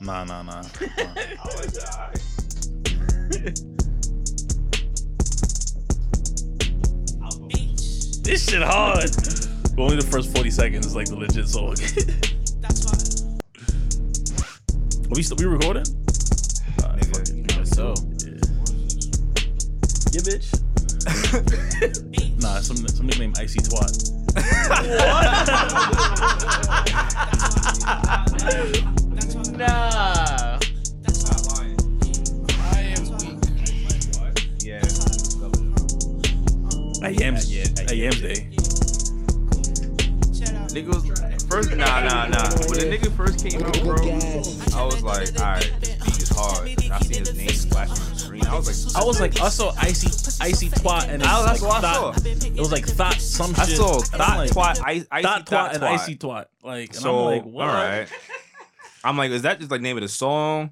Nah, nah, nah. nah. I was alright. Bitch, this shit hard. But only the first 40 seconds is like the legit song. that's why. Are we still, we recording? Nah, fuck it. so. Yeah, bitch. Bitch, Nah, some some nigga named Icy Twat. that's why. Nah. That's why. Stop lying. I am weak. Like, what? Yeah. I am yeah, I am day. Shut up. Nigga was first. Nah, nah, nah. When the nigga first came out, bro, I was like, all right, this beat is hard. And I seen his name splash on the screen. I was like, I was like, I saw Icy Icy Twat and it's I- Oh, that's like what I thought- saw. It was like thought some I shit. saw And I'm thought like, twat, ice, icy Thought thought, Twat and twat. Icy Twat. Like, and So I'm like, what? all right, I'm like, is that just like name of the song?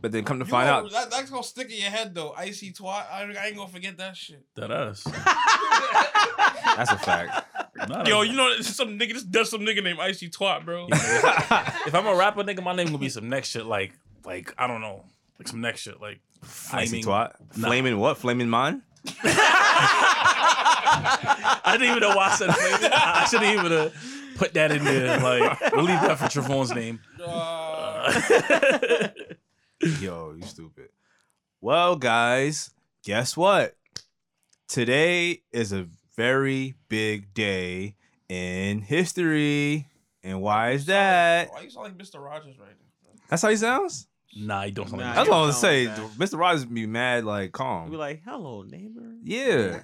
But then come to You find know, out, That, that's gonna stick in your head though. Icy twat. I, I ain't gonna forget that shit. That us. that's a fact. Not Yo, us. you know some nigga. This does some nigga named Icy Twat, bro. if I'm a rapper, nigga, my name gonna be some next shit. Like, like I don't know, like some next shit. Like, Icy flaming. twat, Nah. flaming what? Flaming mine? I didn't even know why I said flaming. I should have even uh, put that in there. Like, we'll leave that for Travon's name. Uh, Yo, you stupid. Well, guys, guess what? Today is a very big day in history. And why is that? Why you sound like Mr. Rogers right now? That's how he sounds. nah, you don't. sound Nah, like That's that. what I was saying. Sounds Mr. Rogers be mad, like You be calm. like, hello, neighbor. yeah,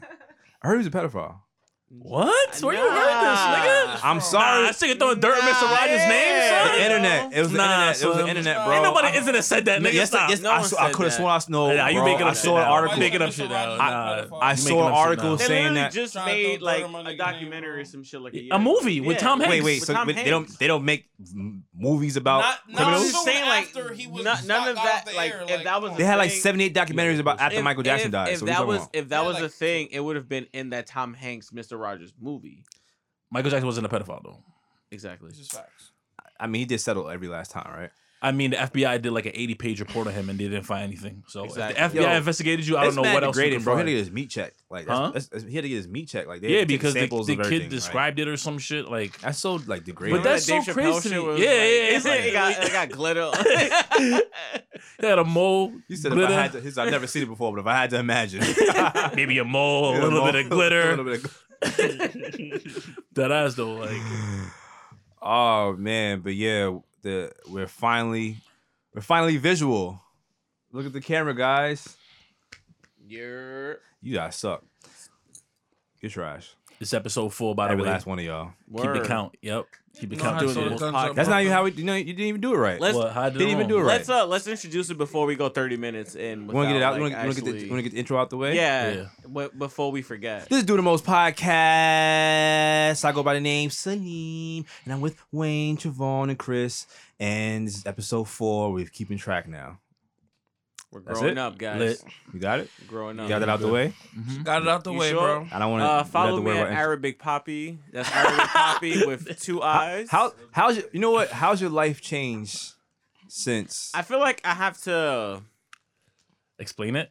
I heard he's a pedophile. What? Where you heard this, nigga? I'm sorry. Nah, this nigga throwing dirt in Mr. Rogers' yeah. name, son. the internet. It was the Nah, internet. It was the son. internet, Ain't bro. Ain't nobody I- isn't that said that, nigga. Yes, yes, Stop. yes, I, no one saw- I said could have that. sworn I saw. Nah, you bro, making up I shit saw an now. article. You making up shit now. I- Nah, I you saw making up shit now. articles They saying literally that- just Trying to made throw like dirt on my a nigga documentary name, or some shit like A a, year movie ago. with Yeah, Tom Hanks. Wait, wait. with So Tom they they don't Hanks. they don't make m- movies about Not- not criminals. soon I'm just saying, like, after he was not- none of knocked out that, the like, air, if that was come They on. had like Thing- 78 documentaries about after If- Michael Jackson if, died. If so what you that talking was about? if that Yeah, was like- a thing, it would have been in that Tom Hanks Mr. Rogers movie. Michael Jackson wasn't a pedophile though. Exactly. It's just facts. I mean, he did settle every last time, right? I mean, the FBI did like an 80 page report on him and they didn't find anything. So if Exactly. the FBI Yo, investigated you. I don't know what else. you could bro. He had find. to get his meat checked. Like, that's, Huh? that's, that's- he had to get his meat checked. Like, they had Yeah, to take because the, samples the of kid everything, Right? described it or some shit. Like, That's so like degrading. but Remember that's so that Dave Chappelle crazy to shit me. was Yeah, like- yeah, yeah. It's it got it got glitter. they had a mole, you said if I had glitter, to, his, I've never seen it before, but if I had to imagine, maybe a mole, a little bit of A glitter. little bit of- That ass though, like oh man, but yeah, the we're finally we're finally visual. Look at the camera, guys. You're You guys suck. You're trash. it's episode four by the Every way. last one of y'all. Keep word. the count. Yep, keep the You know how count. Doing to sew it. the guns up, That's bro. not even how we. You know, you didn't even do it right. Let's- What? How did Didn't even wrong? do it right. Let's uh let's introduce it before we go 30 minutes in. You want to get it out? without, you want like, to get, the- actually- you wanna get the intro out the way? Yeah, Yeah. w- before we forget. This is Do the Most podcast. I go by the name Salim, and I'm with Wayne, Travon, and Chris. And this is episode four. We're keeping track now. We're That's growing it? up, guys. Lit. You got it? Growing You up. got that out the way? Mhm. Got it out the You way, sure? bro. I don't want Uh, to follow me at Arabic Poppy. That's Arabic Poppy with two eyes. How how's your, you know what? How's your life changed since? I feel like I have to. Explain it.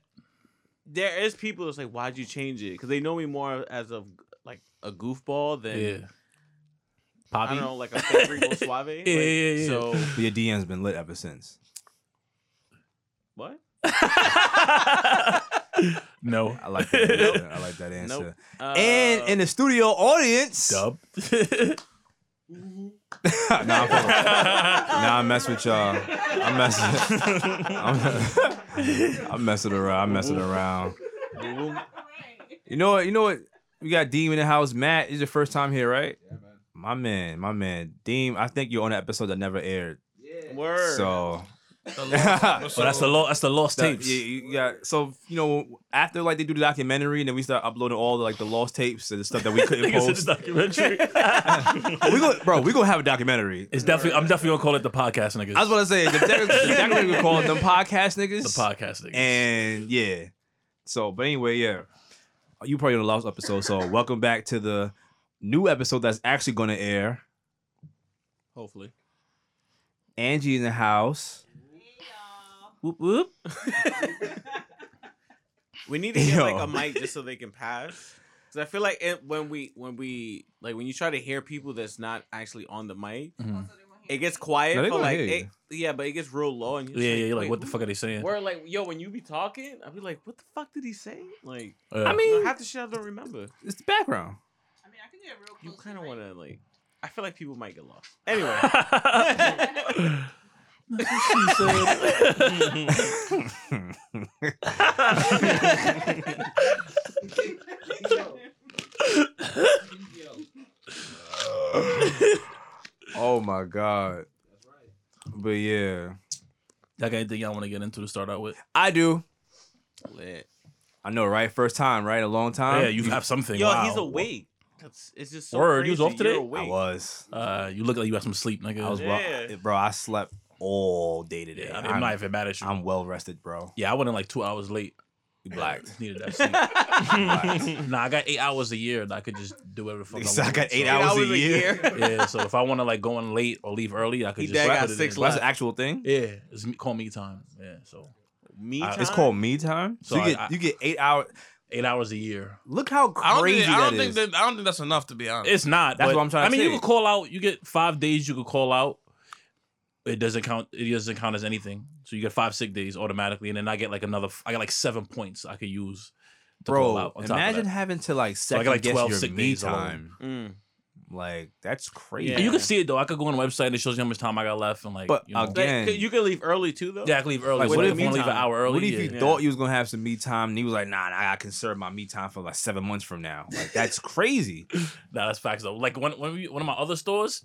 There is people that's like, why'd you change it? Because they know me more as of like a goofball than Yeah, I Poppy. don't know, like a favorite suave. Like, yeah, yeah. So your DM's been lit ever since. what? no, I like that answer. I like that answer. Nope. Uh, And in the studio audience, dub. nah, I'm fucking- nah, I mess with y'all. I'm messing. I'm, I'm messing around. I'm messing around. You know what? You know what? We got Deem in the house. Matt, it's your first time here, right? Yeah, man. My man, my man, Deem. I think you're on an episode that never aired. word. So Oh, that's the lo- that's the lost that- tapes. yeah, you got. So you know, after like they do the documentary, and then we start uploading all the like the lost tapes and the stuff that we couldn't Niggas in post. documentary. we go, bro. We gonna have a documentary. It's definitely. I'm definitely gonna call it the podcast niggas. I was about to say the doc- the documentary we call it them podcast niggas. the podcast niggas. And yeah. So, but anyway, yeah. You probably on the last episode. So, welcome back to the new episode that's actually going to air. Hopefully. Angie in the house. Whoop whoop. we need to get like Yo. a mic just so they can pass. Cause I feel like it, when we when we like when you try to hear people that's not actually on the mic, Mhm. it gets quiet No, they for gonna like hear it, yeah, but it gets real low and you're just Yeah, yeah. You're like, "Wait, what the who- fuck are they saying? Where like yo, when you be talking, I'd be like, what the fuck did he say? Like, Oh, Yeah. I mean- you know, half the shit I don't remember. It's the background. I mean, I can get real You close. kind of right? want to like. I feel like people might get lost. Anyway, oh my god. But yeah, Y'all got anything y'all want to get into to start out with? I do. Lit. I know, right? First time, right? A long time. yeah, you have something. yo, wow. he's awake. That's it's just so Word, you was crazy. off You're today? I I awake. was. Uh, you look like you have some sleep, nigga. I was Yeah. well, bro. I slept all day today. yeah, I'm I'm, not even mad at you. I'm well rested, bro. yeah, I went in like two hours late. You blacked. Just Needed that sleep. nah, I got eight hours a year that I could just do whatever the fuck So I want. got eight So- hours, a year. Yeah, so if I want to like go in late or leave early, I could He just dad put got it in. six Well, that's left. an actual thing. Yeah, it's me, call me time. Yeah, so Me Uh, time? It's called me time. So So, you I- get I- you get eight hours. eight hours a year. Look how I don't crazy think, I that don't think is. that I don't think that's enough to be honest. It's not. That's but- what I'm I trying to mean, you say. could call out. You get five days. You could call out. It doesn't count. It doesn't count as anything. So you get five sick days automatically, and then I get like another. I got like seven points I could use. To call Bro, out on top of imagine that. having to like I second got, like, guess 12 your sick me days alone. time. Mm. Like that's crazy. Yeah. And You can see it though. I could go on the website and it shows you how much time I got left, and like, But you know, again- Again. Like, you can leave early too, though. yeah, I can leave early. Like, so what if if you want to leave an meantime- hour early? What if yeah. you yeah. thought you was gonna have some me time and he was like, nah, nah, I conserve my me time for like seven months from now. Like that's crazy. Nah, that's facts though. Like one one of you- one of my other stores,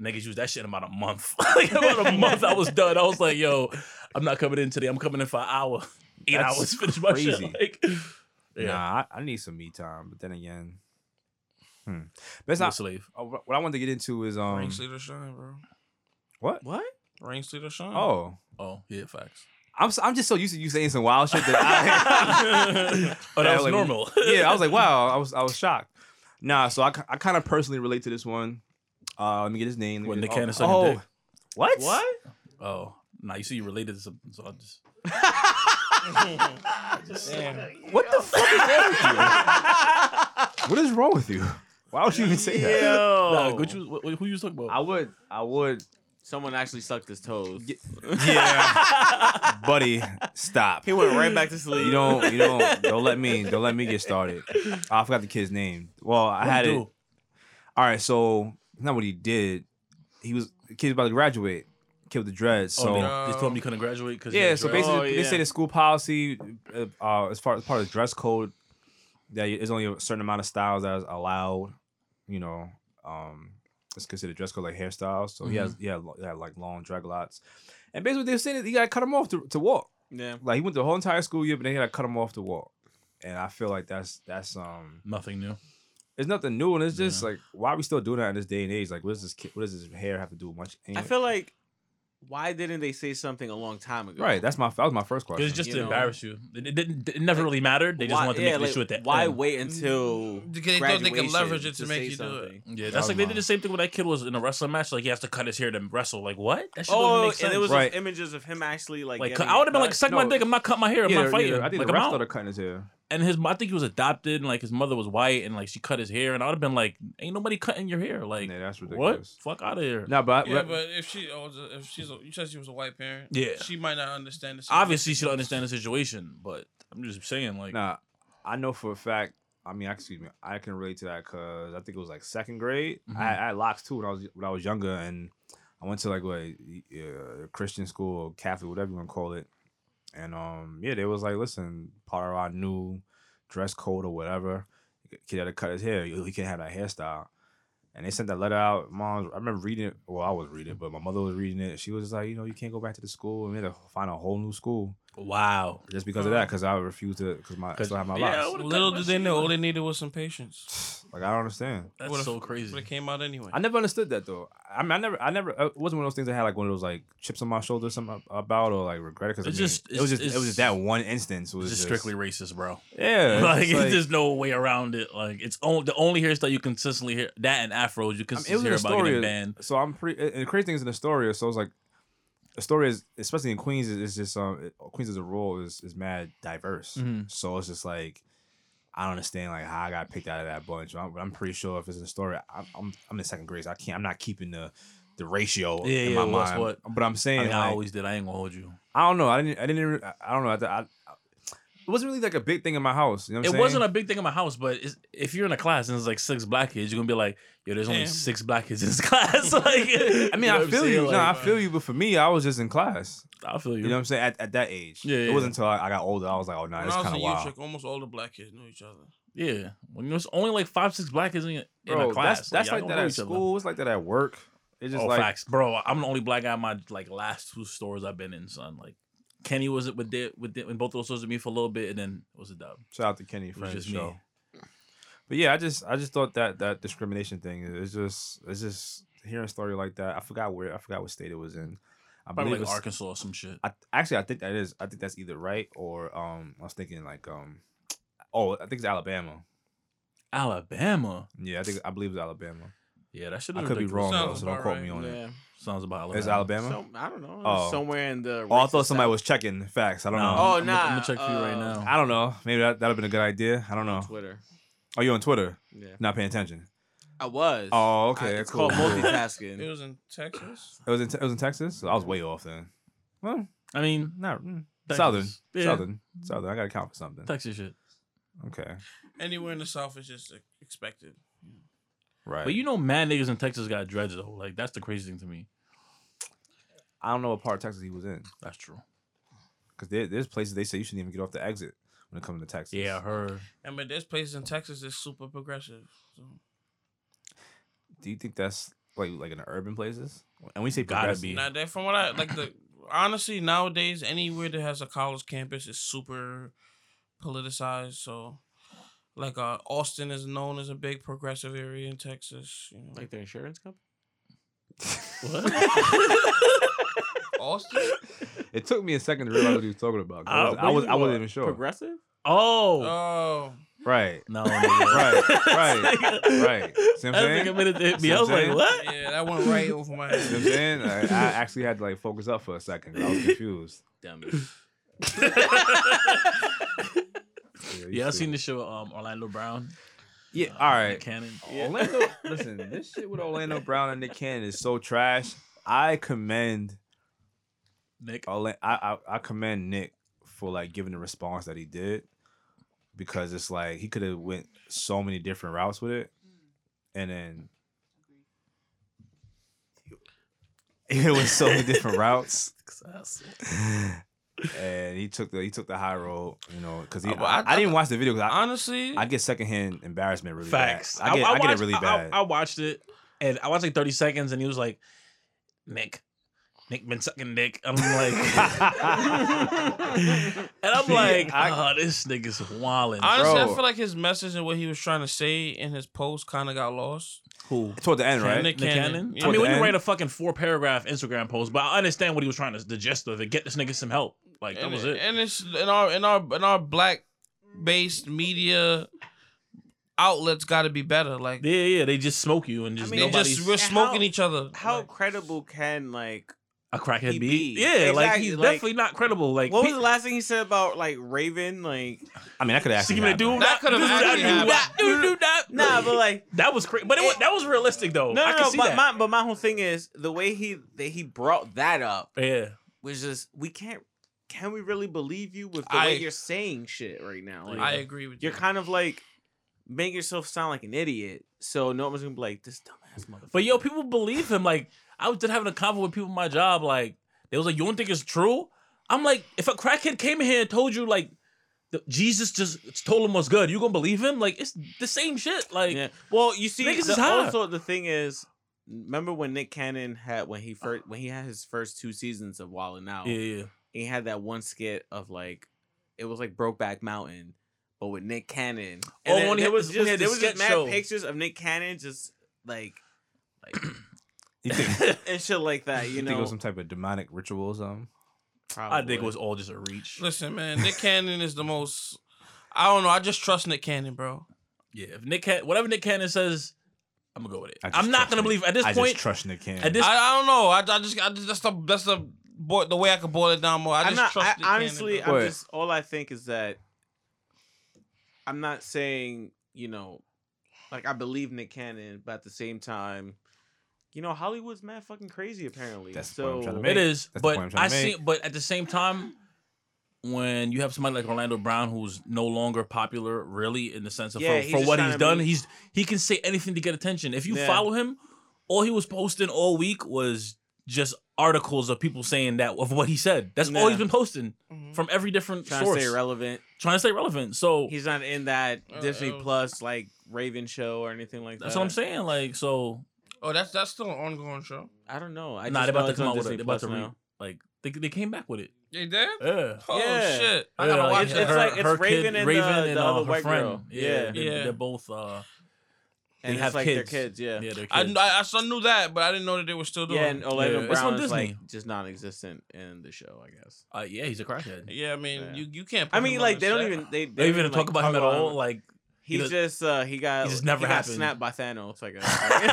niggas used that shit in about a month. like about a month, I was done. I was like, yo, I'm not coming in today. I'm coming in for an hour, eight That's hours, finish my crazy. shit. Like, yeah, Nah, I, I need some me time. But then again, hmm. it's but it's not not. slave. uh, What I wanted to get into is um Rain, sleet, or shine, bro. what? What? Rain, sleet, or shine. Oh, Oh yeah, facts. I'm s- I'm just so used to you saying some wild shit that I. oh, that was like, normal. yeah, I was like, wow, I was I was shocked. Nah, so I, ki- I kind of personally relate to this one. Uh, let me get his name. Let What, me Nick get- Cannon oh, sucking oh, dick? what? What? oh, nah, you see, you related to something, so I just. What the fuck is that with you? What is wrong with you? Why would you even say that? Yo. Nah, what you, what, who you was talking about? I would, I would, Someone actually sucked his toes. Ye- yeah, buddy, stop. He went right back to sleep. You don't, you don't, don't let me, don't let me get started. Oh, I forgot the kid's name. Well, I What had you it. do? All right, so not what he did. He was the kid was about to graduate. Kid with the dreads. So oh, yeah. they, they told me you couldn't graduate because yeah, so basically Oh, they yeah. say the school policy uh, uh, as far as part of dress code that there's only a certain amount of styles that is allowed. You know, um, it's considered dress code like hairstyles. So he Mm-hmm. has yeah, he had like long dreadlocks, and basically they said that he got to cut him off to, to walk. Yeah. Like he went the whole entire school year, but they had to cut him off to walk. And I feel like that's that's um nothing new. it's nothing new, and it's just Yeah. like, why are we still doing that in this day and age? Like, what does this kid, what does this hair have to do with much? I Anyway? feel like why didn't they say something a long time ago? right. That's my that was my It first question. was just You to know. embarrass you. It, it didn't. It never really mattered. They just Why- wanted to yeah, make an like, issue with that. Why end. wait until Because they thought they could leverage it to make you do it. Yeah, That was that's like they mine. did the same thing when that kid was in a wrestling match. Like he has to cut his hair to wrestle. Like what? That shit doesn't Oh, make sense. and there was Right. those images of him actually like. like getting I would have been like, cut. suck my No. dick. I'm not cutting my hair. I'm yeah, not fighting. yeah, I think like, the I'm ref out. started cutting his hair. and his I think he was adopted and like his mother was white and like she cut his hair and I would have been like, ain't nobody cutting your hair. Like yeah, that's what? ridiculous. Fuck out of here. No, but, I- Yeah, but- but if she owns a, if she's a, you said she was a white parent, Yeah. she might not understand this. Obviously she don't understand the situation, but I'm just saying like nah, I know for a fact. I mean, excuse me, I can relate to that because I think it was like second grade. Mhm. I, I had locks too when I was when I was younger, and I went to like what uh, Christian school, or Catholic, whatever you want to call it. And um, yeah, they was like, listen, part of our new dress code or whatever, kid had to cut his hair. He can't have that hairstyle. And they sent that letter out. Mom, I remember reading it. Well, I was reading it, but my mother was reading it. She was just like, you know, you can't go back to the school. and we had to find a whole new school wow. just because of that. Because I refused to, because my I 'Cause- still have my yeah, locks. I would've Little cut my did they shit, know, all like, they needed was some patience. Like I don't understand. That's Would've- so But crazy. it came out anyway. I never understood that though. I mean, I never, I never. uh, It wasn't one of those things I had like one of those like chips on my shoulder, or something about, or like regret it because It's just, just- it was it's- just, it was just it's- that one instance. It was It's just strictly racist, bro. yeah. like, it's just, like- there's no way around it. Like it's on, the only hairstyle you consistently hear that and afros you I mean, it was consistently in hear about getting Astoria, banned. so I'm pretty. And the crazy thing is in Astoria, so it's like the story is especially in Queens is, is just um it- Queens as a rule is is mad diverse. Mhm. So it's just like I don't understand like how I got picked out of that bunch. I'm, I'm pretty sure if it's a story, I'm I'm, I'm in second grade. So I can't. I'm not keeping the the ratio Yeah, in yeah, my what's mind. what. But I'm saying I mean, I like, always did. I ain't gonna hold you. I don't know. I didn't. I didn't. re- I- I don't know. I, I, I- it wasn't really like a big thing in my house. You know what it I'm saying? wasn't a big thing in my house, but it's, if you're in a class and there's like six black kids, you're gonna be like, yo, there's only Damn. six black kids in this class. like, I I mean, I feel you. no, I uh, feel you. But for me, I was just in class. I feel you. You know what I'm saying? At, at that age, Yeah, It yeah, wasn't until I, I got older I was like, oh no, When it's I was kind in of youth wild. trick, almost all the black kids knew each other. yeah, when there's only like five, six black kids in, in a class, that's that's y'all like don't that know at each other. school. It's like that at work. It's just oh, like facts, bro. I'm the only black guy in my like last two stores I've been in, son. Like, Kenny was with the, with the, in both those stores with me for a little bit, and then it was a dub. shout out to Kenny It for was his just me. show. But yeah, I just I just thought that that discrimination thing is just it's just hearing a story like that. I forgot where I forgot what state it was in. I Probably it like was- Arkansas or some shit. I actually I think that is I think that's either right or um I was thinking like um oh I think it's Alabama. Alabama. Yeah, I think I believe it's Alabama. Yeah, that should. I could be wrong though, Sounds so don't about quote right, me on it. Yeah. Sounds about Alabama. It's Alabama. So, I don't know. Oh. Somewhere in the. oh, I racist thought somebody South. was checking facts. I don't know. Oh, I'm gonna- I'm gonna nah, check for you right now. uh, I don't know. Maybe that that'd have been a good idea. I don't know. Twitter. Oh, you on Twitter? Yeah. Not paying attention. I was. Oh, okay, I- it's cool. called multitasking. It was in Texas. It was in it was in Texas. So I was way off then. Well, I mean, not mm, Texas. southern, Yeah. southern, southern. I gotta count for something. Texas shit. Okay, Anywhere in the South is just expected. right. But you know, mad niggas in Texas got dreads though. Like that's the crazy thing to me. I don't know what part of Texas he was in That's true. because there, there's places they say you shouldn't even get off the exit when it comes to Texas. Yeah, her. I mean, there's places in Texas that's super progressive. So. Do you think that's like like in the urban places? And we say Gotta progressive. be. Now, that from what I like, the honestly nowadays anywhere that has a college campus is super politicized. So, like, uh, Austin is known as a big progressive area in Texas. You know, Like their insurance company? Austin. It took me a second to realize what he was talking about. 'cause Uh, I, was, I, was, I wasn't even sure. Progressive? Oh Oh, right, no, nigga. Right, right, right. See what That nigga I'm saying? See minute hit me. See I was what I'm like, saying? what? yeah, that went right over my what I'm head. saying? I, I actually had to like focus up for a second. 'cause I was confused. Damn Yeah, yeah, I seen the show. Um, Orlando Brown. Yeah, uh, all right. Nick Cannon. Yeah. Orlando, listen, this shit with Orlando Brown and Nick Cannon is so trash. I commend Nick. Orla- I, I I commend Nick for like giving the response that he did because it's like he could have went so many different routes with it, and then it was so many different routes, and he took the he took the high road, you know, because Uh, I, but I- I didn't watch the video because I, Honestly, I get secondhand embarrassment really Facts. bad. I get I, get watched- it really I- bad. I, I watched it and I watched like 30 seconds and he was like, Nick. Nick been sucking dick. I'm like, and I'm like, I- oh, this nigga's wildin'. honestly, I Bro. feel like his message and what he was trying to say in his post kind of got lost. Cool. Toward the end, Cannon, right? Nick Nick Cannon. Cannon. Yeah. I mean, when Toward the you write end. a fucking four paragraph Instagram post, but I understand what he was trying to, the gist of it. Get this nigga some help. Like, that and, was it. and it's in our in our in our black based media outlets got to be better. Like yeah, yeah. They just smoke you and just mean, they nobody's just we're And how- smoking each other. How Like, credible can, like, a crackhead he beat. be. Yeah, like Exactly, he's like- definitely not credible. Like, what was pe- the last thing he said about, like, Raven? Like, I mean, I could ask. See, they do That not- could've do not actually do happened. not- do- do not- nah, but, like, That was crazy, but it, was, that was realistic though. No, Oh, I no, can no. see But that. my but my whole thing is the way he that he brought that up yeah, was just we can't can we really believe you with the I- way you're saying shit right now? Like, I agree with you. you're kind of like making yourself sound like an idiot, so no one's gonna be like this dumbass motherfucker. but yo, people believe him. Like I was just having a convo with people at my job. Like they was like, "You don't think it's true?" I'm like, if a crackhead came in here and told you like the, Jesus just told him what's good, you gonna believe him? Like it's the same shit. Like yeah. Well, you see, Niggas the- is high. also the thing is, remember when Nick Cannon had when he first when he had his first two seasons of Wild and Out, yeah, yeah, he had that one skit of like it was like Brokeback Mountain, but with Nick Cannon. Oh, then when he- there was when just he had the there was just sketch mad show. pictures of Nick Cannon just like like You think, and shit like that. you You think it know, was some type of demonic ritual or something? I think it was all just a reach. Listen, man, Nick Cannon is the most. I don't know. I just trust Nick Cannon, bro. Yeah, if Nick, Can- whatever Nick Cannon says, I'm gonna go with it. I just I'm not trust gonna Nick. believe at this I point. just trust Nick Cannon. at this- I, I don't know. I, I just I just that's the that's the bo- the way I could boil it down more. I just I'm not. I, trust. honestly, Go I'm ahead. just. All I think is that I'm not saying you know, like I believe Nick Cannon, but at the same time, you know, Hollywood's mad fucking crazy. Apparently, That's the point I'm so trying to It make. is, That's the point I'm but trying I to see. But at the same time, when you have somebody like Orlando Brown, who's no longer popular, really, in the sense of Yeah, he's for, for just what trying he's to done, be- he's he can say anything to get attention. If you Yeah. follow him, all he was posting all week was just articles of people saying that of what he said. That's all Yeah. he's been posting from every different trying source, to stay relevant. trying to stay relevant. So He's not in that Uh, Disney uh, Plus like Raven show or anything like that. that's what I'm saying. Like so, oh, that's that's still an ongoing show. I don't know. I nah, just they know about to it's come on out with Disney it. They about Plus to re- now. like they, they came back with it. They did. Yeah. Oh Yeah. shit! I Yeah, gotta like, watch it's that. like- it's Raven and, uh, the uh, other her white friend. girl. Yeah, Yeah. they- Yeah. They're both. uh They and it's have like kids. their kids. Yeah. Yeah, Yeah, they're kids. I, I, I still knew that, but I didn't know that they were still doing. and it. Orlando Yeah. It's on Brown is like Disney. just non-existent in the show, I guess. uh, yeah, he's a crackhead. yeah, I mean, oh, Yeah. you you can't. put I him mean, on the like they don't set. even they, They they even don't talk about him at about all. Like, He's He just uh he got he just never he got happened. snapped by Thanos like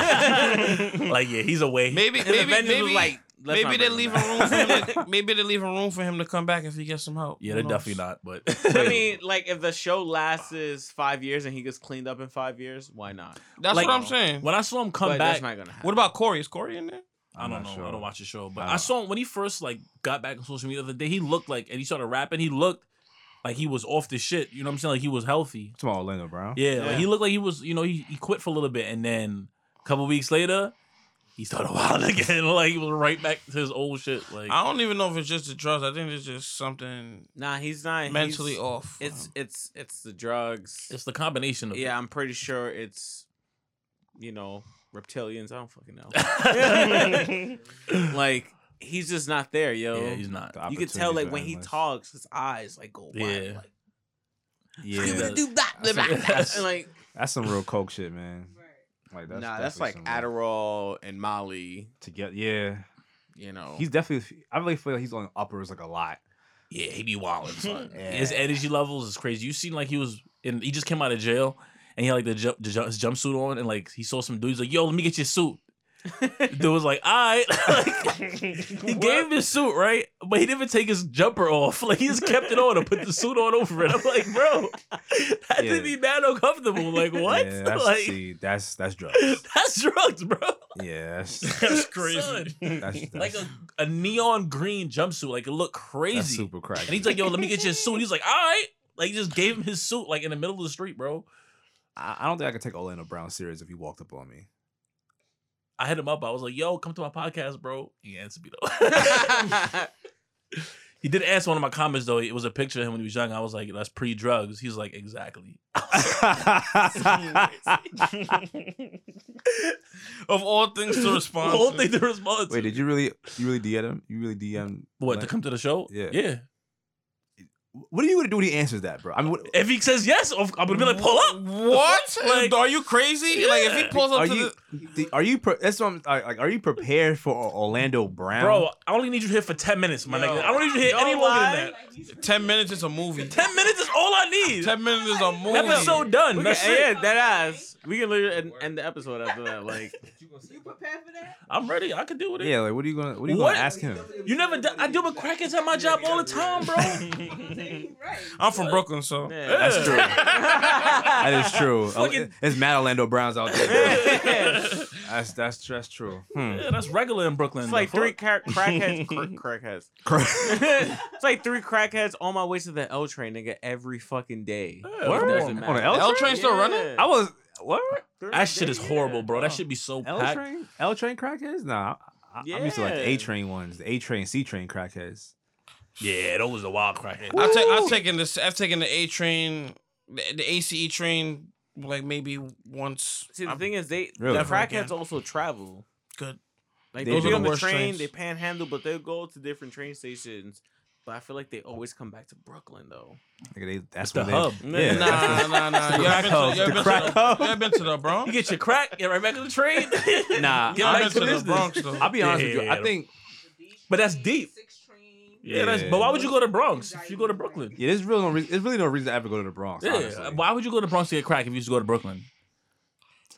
a like yeah, he's away. maybe And maybe Avengers maybe was like like, maybe "Let's not they bring leave him a room for him. back." To, maybe they leave a room for him to come back if he gets some help. yeah, Who they're knows? definitely not. But I mean, like if the show lasts is five years and he gets cleaned up in five years, why not? That's Like- what I'm saying. when I saw him come but back, that's not gonna happen. What about Corey? Is Corey in there? I don't I'm know. not I sure. don't watch the show, but I I, don't- saw him when he first like got back on social media the other day. He looked like, and he started rapping. He looked like he was off the shit. You know what I'm saying? Like he was healthy. Tomorrow, Orlando Brown. Yeah, Yeah. Like, he looked like he was. You know, he, he quit for a little bit, and then a couple weeks later, he started wilding again. Like he was right back to his old shit. Like I don't even know if it's just the drugs. I think it's just something Nah, he's not he's- mentally off. for It's him. it's it's the drugs. it's the combination of yeah, I'm pretty sure it's you know reptilians. I don't fucking know. Um, yeah, like he's just not there, yo. he's not. The you could tell opportunities like when are he endless. talks, his eyes like go wide. Yeah. Like, Yeah, Yeah. That's- and, like that's some real coke shit, man. Like that's nah, that's like definitely some real- Adderall and Molly. to get. Yeah, You know, he's definitely. I really feel like he's on uppers like a lot. Yeah, he be wilding. son. Yeah. His energy levels is crazy. You seen like he was in. He just came out of jail and he had like the, ju- the ju- his jumpsuit on and like he saw some dudes like, "Yo, let me get your suit." The Dude was like, "All right." Like, he gave him his suit right, but he didn't even take his jumper off. Like he just kept it on and put the suit on over it. I'm like, bro, that Yeah. didn't be mad uncomfortable. Like what? Yeah, that's, like see, that's that's drugs. that's drugs, bro. Yeah, that's, That's crazy. that's, that's like a, a neon green jumpsuit. Like it looked crazy. that's super crack. And he's like, yo, let me get your suit. He's like, all right. Like, he just gave him his suit, like, in the middle of the street, bro. I, I don't think I could take Orlando Brown serious if he walked up on me. I hit him up. I was like, yo, come to my podcast, bro. He answered me, though. That's he did answer one of my comments, though. It was a picture of him when he was young. I was like, that's pre drugs. He's like, exactly. of all things to The respond. whole to. thing to respond to. Wait, did you really you really DM him? You really DM What, to like- come to the show? Yeah. Yeah. What are you gonna do when he answers that, bro? I mean, what, If he says yes, of- I'm going to be like, pull up. What? Like- Are you crazy? Like if he pulls up are to you the the, are you pre- that's what I'm I- like. Are you prepared for Orlando Brown, Bro, I only need you here for 10 minutes, my Yo. nigga. I don't need you here Yo, any longer why? than that. ten minutes is a movie. 10 minutes is all I need. Ten minutes is a movie. Episode done. we can, That's it. yeah, that ass. We can literally end, end the episode after that. Like, You prepared for that? I'm ready. I can deal with it. Yeah, like what are you gonna what are you What? gonna ask him? You never. d I I deal with crackheads at my job all the time, bro. You right. I'm from Brooklyn, so yeah. That's true. that is true. Fucking- It's mad Orlando Browns out there. that's that's that's true. Hmm. Yeah, that's regular in Brooklyn. It's like though. three crack crackheads. Cr- crackheads. it's like three crackheads on my way to the L train, nigga, every fucking day. Yeah, Word? doesn't On the matter. L L train? train still running. I was what? That shit is horrible, bro. That should be so L packed. train? L train crackheads? Nah. I, I'm used to like the Yeah. A train ones, the A train, C train crackheads. Yeah, those was the wild crackheads. I've, ta- I've taken this. I've taken the A train, the, the ACE train, like maybe once. See, the I'm- thing is, they Really? the crackheads Yeah. also travel. Good. Like They they'll do. be on the Worst train, trains. they panhandle, but they'll go to different train stations. But I feel like they always come back to Brooklyn though. Nigga, they, It's that's the where they, hub. Yeah. Nah, nah, nah. You ever been to- hub. you ever The been crack to the- hub. you ever been to the Bronx? You get your crack, get right back on the train. Nah, Get back I've been to to the business. Bronx though. I'll be honest with you. Yeah. I think But that's deep. Six train. Yeah, that's. But why would you go to Bronx if you go to Brooklyn? yeah, there's really no reason. There's really no reason to ever go to the Bronx. Yeah, honestly. why would you go to Bronx to get crack if you used to go to Brooklyn?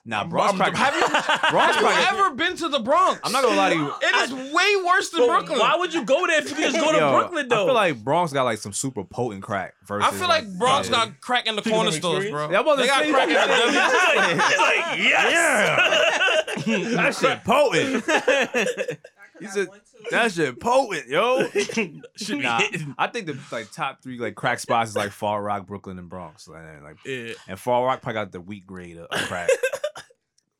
Nah, Bronx I'm- crack. Have you, Bronx have you crack. ever been to the Bronx? I'm not gonna lie to you. It is way worse than But Brooklyn. Why would you go there if you could just go to Yo, Brooklyn though? I feel like Bronx got like some super potent crack. Versus, I feel like Bronx yeah. got crack in the Speaking corner of stores, bro. experience? Yeah, I'm about to They got say- crack in the He's like, he's like, yes. that shit potent. You He's a- That shit potent, yo. Should be Nah, hitting. I think the like top three like crack spots is like Far Rock, Brooklyn, and Bronx. Like, like Yeah. and Far Rock probably got the weak grade of crack.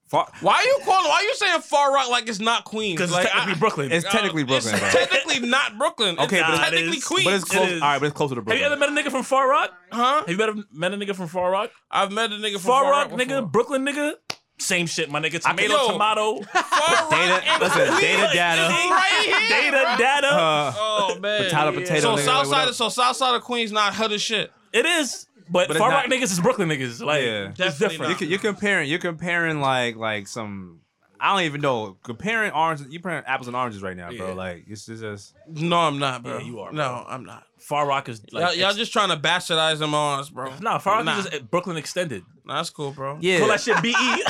Far, Why are you calling? Why are you saying Far Rock like it's not Queens? Because like, it's technically I- Brooklyn. it's technically Brooklyn, bro. It's technically not Brooklyn. Okay, Okay, but it's it's- technically it is. Queens. but it's close. is. All right, but it's closer to Have you Brooklyn. ever met a nigga from Far Rock? huh? Have you ever met a nigga from Far Rock? I've met a nigga from Far, Rock, before. nigga, Brooklyn nigga, same shit, my nigga. I can- Tomato, Yo. tomato. Far Rock. Data- and listen, Queens data data. is Right here, data, bro. data. Uh, Oh man. Potato, potato, So nigga, like, south what side, up? of, so south side of Queens, not hood as shit. it is, but, But it's Far not- Rock niggas is Brooklyn niggas. Like, Yeah. it's Definitely different. not. you're comparing. You're comparing like like some. I don't even know. Comparing oranges, you're comparing apples and oranges right now, bro. Yeah. Like it's just, it's just No, I'm not, bro. Yeah, you are, No, I'm not. Far Rock is like, y'all, y'all just trying to bastardize them on us, bro. nah, Far Rock Nah. is just uh, Brooklyn extended. Nah, that's cool, bro. yeah. Call that shit BE. I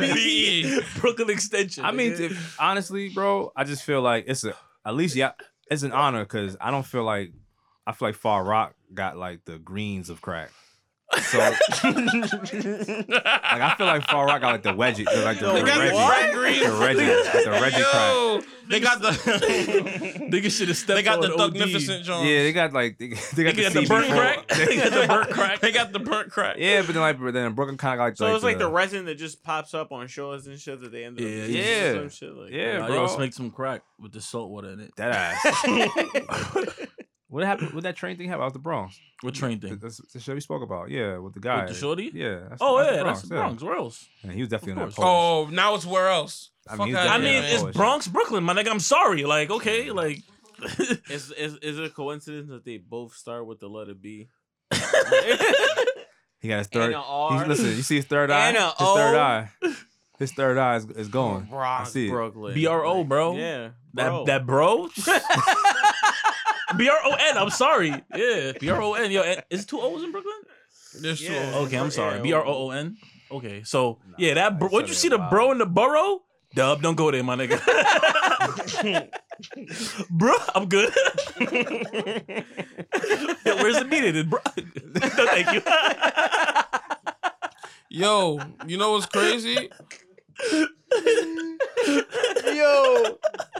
mean, BE. Brooklyn Extension. E. I mean, nigga. if, honestly, bro, I just feel like it's a at least yeah, it's an honor because I don't feel like I feel like Far Rock got like the greens of crack. So like I feel like Far Rock got like the wedgie, like the, the, They They got Reggie, the the red green. Reggie, like the Reggie crack. Yo, they got the nigga should have stepped they got the on OD. thugnificent John. Yeah, they got like they, they got They got the, the burnt CB4. crack. They got the burnt crack. They got the burnt crack. Yeah, but then like but then Brooklyn kind of got So it's like the resin that just pops up on shores and shit that they end up Yeah, using yeah. or some shit like Yeah, Nah, bro. yo, let's make some crack with the salt water in it. that ass. what happened? What that train thing happened? I was the Bronx. What train The, thing? the, the show we spoke about. Yeah, with the guy. shorty? Yeah. that's- Oh that's the yeah, that's the yeah. Bronx. Where else? And he was definitely Of not course. Polish. Oh, now it's where else? I mean, Fuck he's outta I Yeah, here, mean, man. it's Polish. Bronx, Brooklyn, my nigga. I'm sorry. Like, okay, like Is, is is it a coincidence that they both start with the letter B? he got his and third. a He's, uh, R. listen, you see his third eye. And a his third oh. O. eye. His third eye is, is going. Oh, I Bronx, see it. Brooklyn. B R O, Like, bro. Yeah. that bro. that bro. B R O N. I'm sorry. Yeah, B R O N. Yo, and- is it two O's in Brooklyn? There's two Yeah. of them. Okay, I'm sorry. Yeah. B R O O N. Okay, so Nah, yeah, that bro, I once said you it see the wild. bro in the borough, dub, don't go there, my nigga. bro, I'm good. Yo, where's the meeting? in Bro, no, thank you. Yo, you know what's crazy? Yo,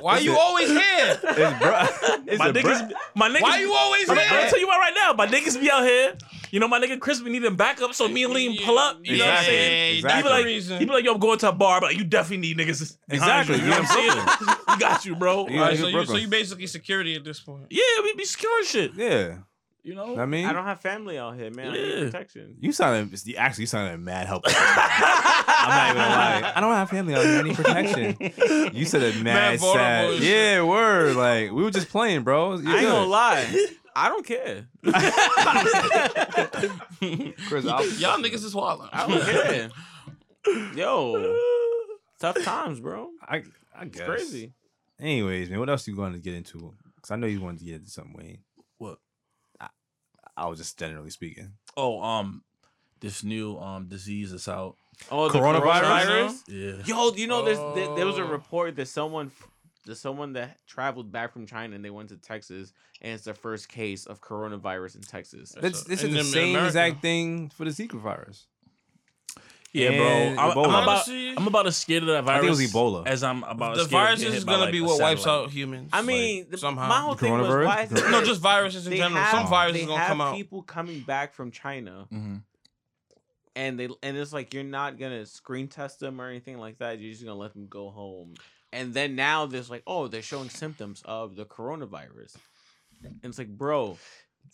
Why Is you it- always here? it's bro. It's my a bro- niggas, my niggas. Why you always I'm, I'm gonna here? tell you what right now. My niggas be out here. You know, my nigga Chris be needing backup, so me and Lean pull up. You know what I'm Exactly. saying? Yeah, Exactly. that's He be the like, reason. he be like, yo, I'm going to a bar, but you definitely need niggas. behind Exactly, You, you know what I'm saying? we got you, bro. Yeah. All right, he's so, you, so Brooklyn. you basically security at this point. Yeah, we be securing shit. Yeah, You know? I mean, I don't have family out here, man. I need Yeah. protection. you sounded actually you sounded mad helpless. I'm not even gonna lie. I don't have family out here. I need protection. You said it mad vulnerable sad. and shit. Yeah, word. Like we were just playing, bro. You're I ain't gonna good. lie. I don't care. Chris, I'll- Y'all niggas is wildin'. I don't care. Yo, tough times, bro. I, I guess. It's crazy. Anyways, man, what else you going to get into? Because I know you wanted to get into something, Wayne. What? I, I was just generally speaking. Oh, um, this new um disease is out. Oh, the Coronavirus? Oh. Yeah. Yo, you know, there's there, there was a report that someone that someone that traveled back from China and they went to Texas and it's the first case of coronavirus in Texas. That's, So- this is and the in same America. exact thing for the Zika virus. Yeah, And bro. I'm, I'm Ebola. about Honestly, I'm about as scared of that virus. I think it was Ebola. As I'm about the as scared of virus getting is hit by, gonna like, be a what wipes satellite. out humans. I mean, the, somehow. my whole The thing was coronavirus? why is it- no, just viruses in they general. have- Some viruses they gonna have come out. people coming back from China Mm-hmm. Mhm. and they and it's like you're not gonna screen test them or anything like that. You're just gonna let them go home. And then now there's like, oh, they're showing symptoms of the coronavirus. And it's like, bro,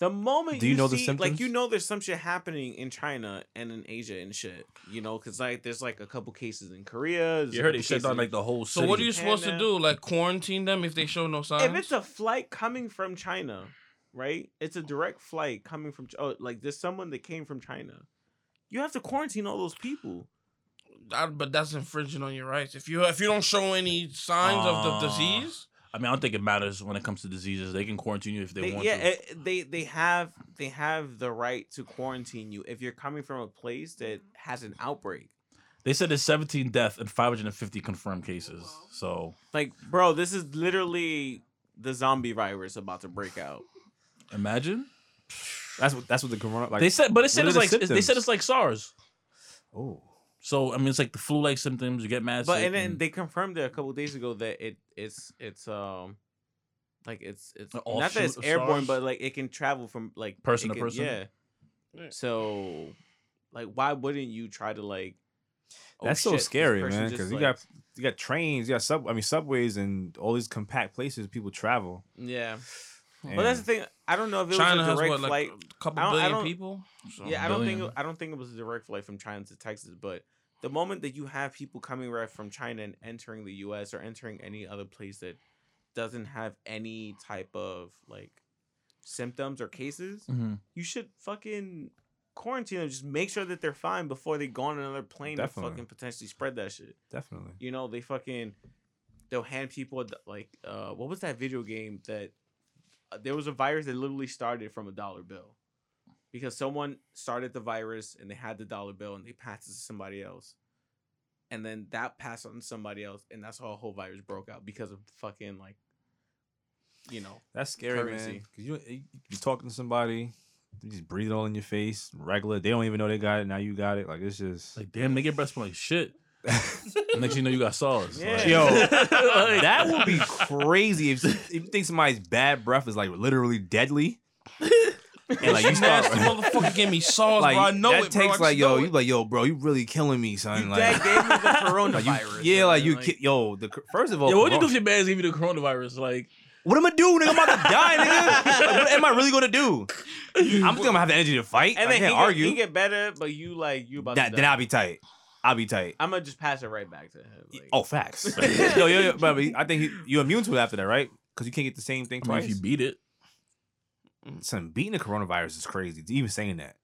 the moment Do you know the see- symptoms? like you know there's some shit happening in China and in Asia and shit. You know, cause like there's like a couple cases in Korea. there's a You heard couple it shut down cases- like the whole So city. what are you Japan supposed to now. do? Like quarantine them if they show no signs? if it's a flight coming from China, right? It's a direct flight coming from Ch- oh, like there's someone that came from China. You have to quarantine all those people. I- but that's infringing on your rights. If you if you don't show any signs of the Uh, disease, I mean, I don't think it matters when it comes to diseases. They can quarantine you if they They, want yeah, to. eh, they they have they have the right to quarantine you if you're coming from a place that has an outbreak. They said there's 17 deaths and 550 confirmed cases. So, Like, bro, this is literally the zombie virus about to break out. imagine. That's what that's what the corona like. they said, but it said it's what are like the they said symptoms? it's like SARS. oh, So I mean, it's like the flu-like symptoms. You get mad, But sick, and then they confirmed it a couple days ago that it it's it's um like it's it's An not that offshoot it's of SARS? airborne, but like it can travel from like Person to it can- person? Yeah. Yeah. So, like, why wouldn't you try to like? oh that's so shit, this scary, person man. just, Because you like- got you got trains, you got sub. I mean subways and all these compact places people travel. yeah. And But that's the thing. I don't know if it China was a has direct what, like flight. a couple I don't- I billion don't- people. So. yeah, I don't think billion. it- I don't think it was a direct flight from China to Texas, but the moment that you have people coming right from China and entering the U.S. or entering any other place that doesn't have any type of like symptoms or cases, Mhm. you should fucking quarantine them. Just make sure that they're fine before they go on another plane Definitely. to fucking potentially spread that shit. definitely. You know, they fucking they'll hand people the- like uh what was that video game that uh, there was a virus that literally started from a dollar bill because someone started the virus and they had the dollar bill and they passed it to somebody else and then that passed on to somebody else and that's how a whole virus broke out because of fucking like you know That's scary, man. Currency. Because you eh, you be talking to somebody, they just breathe it all in your face. Regular, they don't even know they got it. Now you got it. Like it's just like damn, they get breast like shit. Next thing you know, you got SARS. Yeah. Like- Yo, Like- that would be crazy if, if you think somebody's bad breath is like literally deadly. And like you start Nasty motherfucker gave me sauce, like bro. I know that it, bro. I takes just like yo, know you it. like yo, bro, you really killing me, son. you like, dad gave me the like, you- coronavirus yeah, like man, you, ki- yo. The cor- first of all, Yeah, what would you corona- do if your man's give you the coronavirus? Like, What am I do, nigga? I'm about to die, nigga. Like, what am I really gonna do? I'm think I'm gonna have the energy to fight. and I then can't he argue. Get, he get better but you like you about that, to then die. I'll be tight. I'll be tight. i'm gonna just pass it right back to him like- oh, facts. yo, yo, yo, but but I think you- you're immune to it after that, right? Because you can't get the same thing I mean, twice. if you beat it, Son, beating the coronavirus is crazy. Even saying that.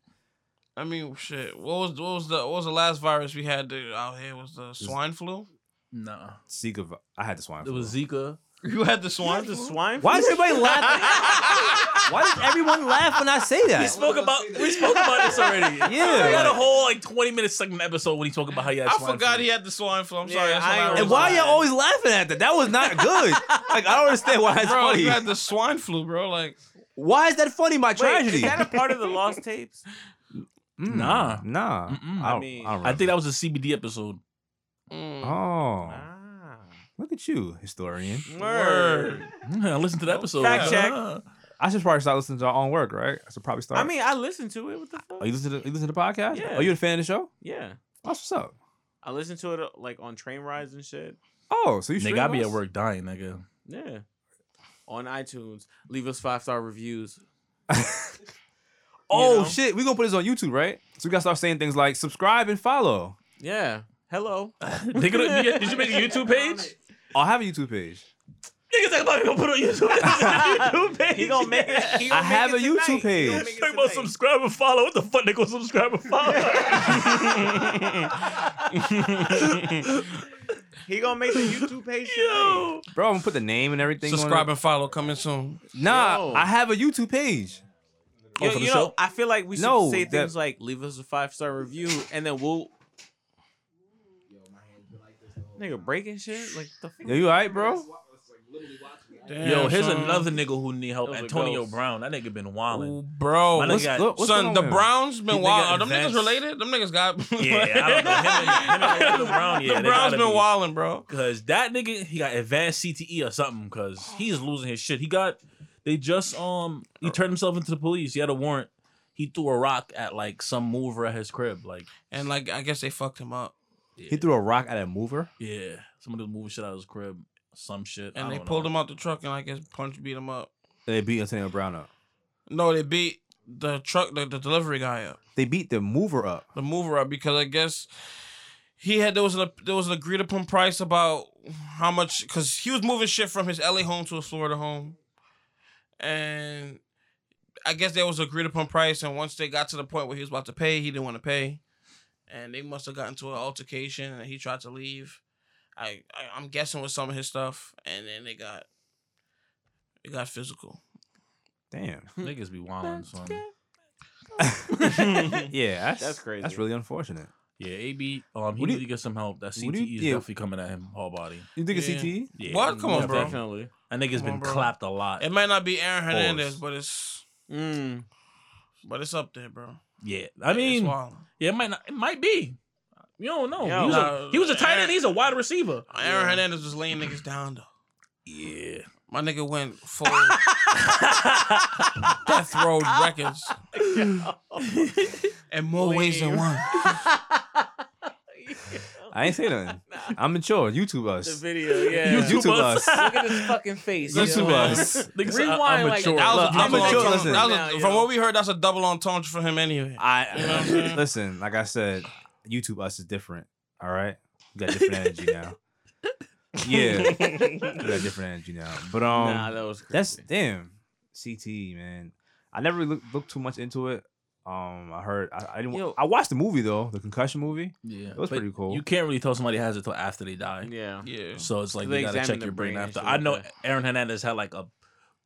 I mean, shit. What was what was the what was the last virus we had that out here? Was the swine flu? nah, Zika, vi- I had the swine it flu. was Zika. You had the You swine. have the flu? swine Why is flu? everybody laughing? Why does everyone laugh when I say We that? spoke about we spoke about this already. Yeah. we had a whole like twenty minute second episode when he talked about how he had. I swine forgot flu. he had the swine flu. I'm sorry. Yeah, that's what I I ain't- And realized. why y'all always laughing at that? That was not good. Like I don't understand why that's bro, funny. you had the swine flu, bro. Like Why is that funny? My Wait, is tragedy. that a part of the lost tapes? Mm, Nah. nah. Mm-mm. I, I don't- mean, I, don't I think remember. that was a CBD episode. mm, Oh, Ah. look at you, historian. Word. I listened to the episode. uh-huh. Fact check. I should probably start listening to our own work, right? I should probably start. I mean, I listened to it. What the fuck? oh, you listen to you listen to the podcast? Yeah. Are you a fan of the show? yeah. That's what's up. I listened to it uh, like on train rides and shit. Oh, so you They stream got me us? at work dying, nigga. Yeah. On iTunes. Leave us five star reviews. Oh You know? shit, we gonna put this on YouTube, right? So we gotta start saying things like subscribe and follow. Yeah. Hello. They could- nigga, did you make a YouTube page? I'll have a YouTube page. Niggas talking about gonna put on YouTube. YouTube page. He gonna make it. he I gonna make have it a YouTube tonight. He gonna page. make it Talking about tonight. subscribe and follow. What the fuck? They gonna subscribe and follow. He gonna make the YouTube page. tonight. Yo, Bro, I'm gonna put the name and everything. on subscribe it. and follow coming soon. Nah, Yo. I have a YouTube page. Yo, Oh, for the you know, show? I feel like we should No, say that- things like leave us a five star review and then we'll. Nigga breaking shit like the fuck? Yo, you alright, bro? Damn, yo, here's son. another nigga who need help. Those are Antonio ghosts. Brown. That nigga been wilding. Ooh, bro. My nigga What's, got- look, what's Son, going the on? Browns He- been they wild. got Are them niggas advanced- related? Them niggas got. Yeah, I don't know. Him and, him and Antonio Brown. Yeah, the they Browns gotta been be- wilding, bro. Cause that nigga, he got advanced CTE or something. Cause he's losing his shit. He got, they just um, he turned himself into the police. He had a warrant. He threw a rock at like some mover at his crib. Like, And like, I guess they fucked him up. He threw a rock at a mover. yeah, somebody was moving shit out of his crib. Some shit. And they pulled him out the truck and I guess punch beat him up. They beat Antonio Brown up. No, they beat the truck, the, the delivery guy up, They beat the mover up. the mover up, because I guess he had there was an there was an agreed upon price about how much because he was moving shit from his LA home to his Florida home, and I guess there was an agreed upon price. And once they got to the point where he was about to pay, he didn't want to pay, and they must have gotten to an altercation, and he tried to leave. I, I I'm guessing with some of his stuff, and then they got it got physical. Damn. Niggas be wilding, son. yeah, that's, That's crazy. That's really unfortunate. Yeah, AB. Um, he What do needs to you- get some help. That what CTE do you- is yeah. definitely coming at him hard body. You think it's E? Yeah. CTE? Yeah, What? Come on, bro. Definitely. That nigga's Come on, been bro. clapped a lot. It might not be Aaron Pause. Hernandez, but it's Mm. but it's up there, bro. yeah, I It's mean, wild. yeah, it might not. It might be. You don't know. Yo. he, was Nah, a, he was a tight Aaron- end. He's a wide receiver. Aaron Yeah. Hernandez was laying niggas down though. Yeah. My nigga went full death road records in more ways than one. I ain't say nothing. I'm mature. YouTube the us. video, yeah. You Look too- YouTube us. at his fucking face. Look YouTube at us. Niggas, Rewind I'm like mature. That that. was a I'm double a joke, entendre. listen. That was a- Now, yo. from what we heard, that's a double entendre for him anyway. You know what I'm I saying? listen. Like I said, YouTube us is different. All right, we got different energy now. Yeah, we got different energy now. But um, nah, that was crazy. That's damn CTE, man. I never really looked, looked too much into it. Um, I heard I, I didn't. Yo. I watched the movie though, the concussion movie. Yeah, That was but pretty cool. You can't really tell somebody has it till after they die. yeah. yeah. So it's like They you gotta examine check the your brain, brain and after. shit I like know that. Aaron Hernandez had like a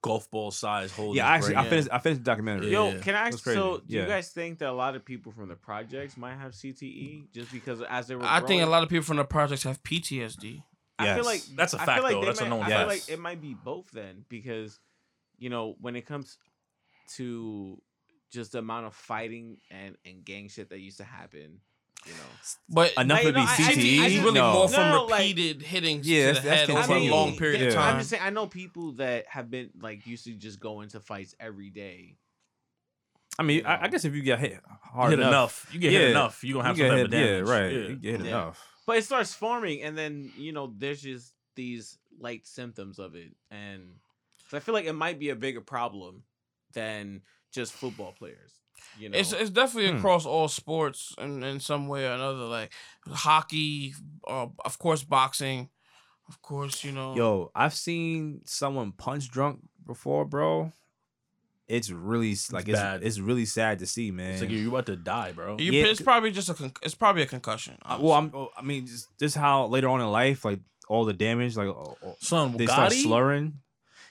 golf ball size hole. in yeah, his I actually brain. I finished I finished the documentary. Yeah. Yo, can I? That's crazy. So, do Yeah. you guys think that a lot of people from the projects might have CTE just because as they were? I think a growing- lot of people from the projects have PTSD. I Yes. feel like That's a I feel fact, like though. they That's a might- known I fact. feel like it might be both then because, you know, when it comes to just the amount of fighting and and gang shit that used to happen, you know, But Enough Like, of no, be I- I just- I CTE. It's just- really E? no. more from No, like- repeated hittings Yeah, to that's- the that's head Well, over I a mean, long period of yeah. time. I'm just saying, I know people that have been like used to just go into fights every day. I mean, I, I guess if you get hit hard hit enough, enough. You get Yeah. hit enough. You gonna have you some get type of hit, yeah, damage. right. You get hit Yeah. enough. But it starts forming, and then you know, there's just these light symptoms of it, and so I feel like it might be a bigger problem than just football players. You know, It's it's definitely Hmm. across all sports in, in some way or another, like hockey, uh, of course boxing, of course you Um, know. Yo, I've seen someone punch drunk before, bro. It's really s- like it's bad. it's, really sad to see, man. It's like you're about to die, bro. You- yeah. it's probably just a con- it's probably a concussion. Uh, I- well, I'm, oh, I mean, just, just how later on in life, like all the damage, like oh, oh, son, they start Gotti, slurring.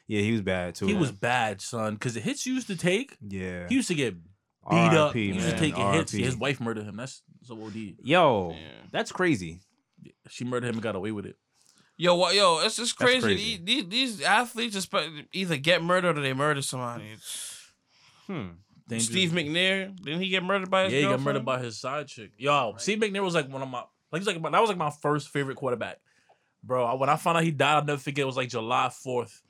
Yeah, he was bad too. he was bad, son, because the hits you used to take, Yeah. he used to get beat up. He used to man, take hits. RIP. His wife murdered him. That's so OD. Yo, Yeah. that's crazy. She murdered him and got away with it. Yo, what? Yo, it's just That's crazy. crazy. These, these these athletes just spe- either get murdered or they murder somebody. It's- Hmm. Dangerous. Steve McNair didn't he get murdered by his? Yeah, he got girlfriend? murdered by his side chick. Yo, Steve McNair was like one of my like he's like my, that was like my first favorite quarterback, bro. I, when I found out he died, I'll never forget. It was like July fourth,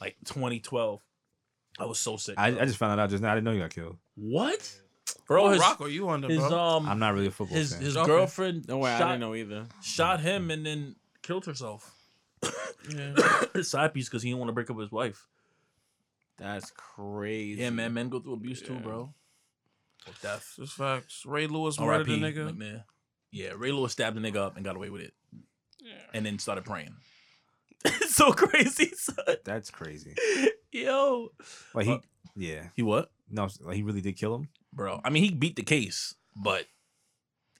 like 2012. I was so sick. I, bro. I just found that out just now. I didn't know you got killed. what, Bro, bro? His rock are you under, his bro? um I'm not really a football his fan. his Okay. girlfriend no way, I shot, didn't know either. shot him and then killed herself. yeah. Side piece because he didn't want to break up with his wife. That's crazy. Yeah, man, men go through abuse too, Yeah. bro. Or death. Just facts. Ray Lewis murdered R.I.P. a nigga. McNair. Yeah, Ray Lewis stabbed a nigga up and got away with it. and then started praying. It's so crazy, son. that's crazy. Yo. Like he, Uh, yeah, He what? no, like he really did kill him. Bro. I mean, he beat the case, but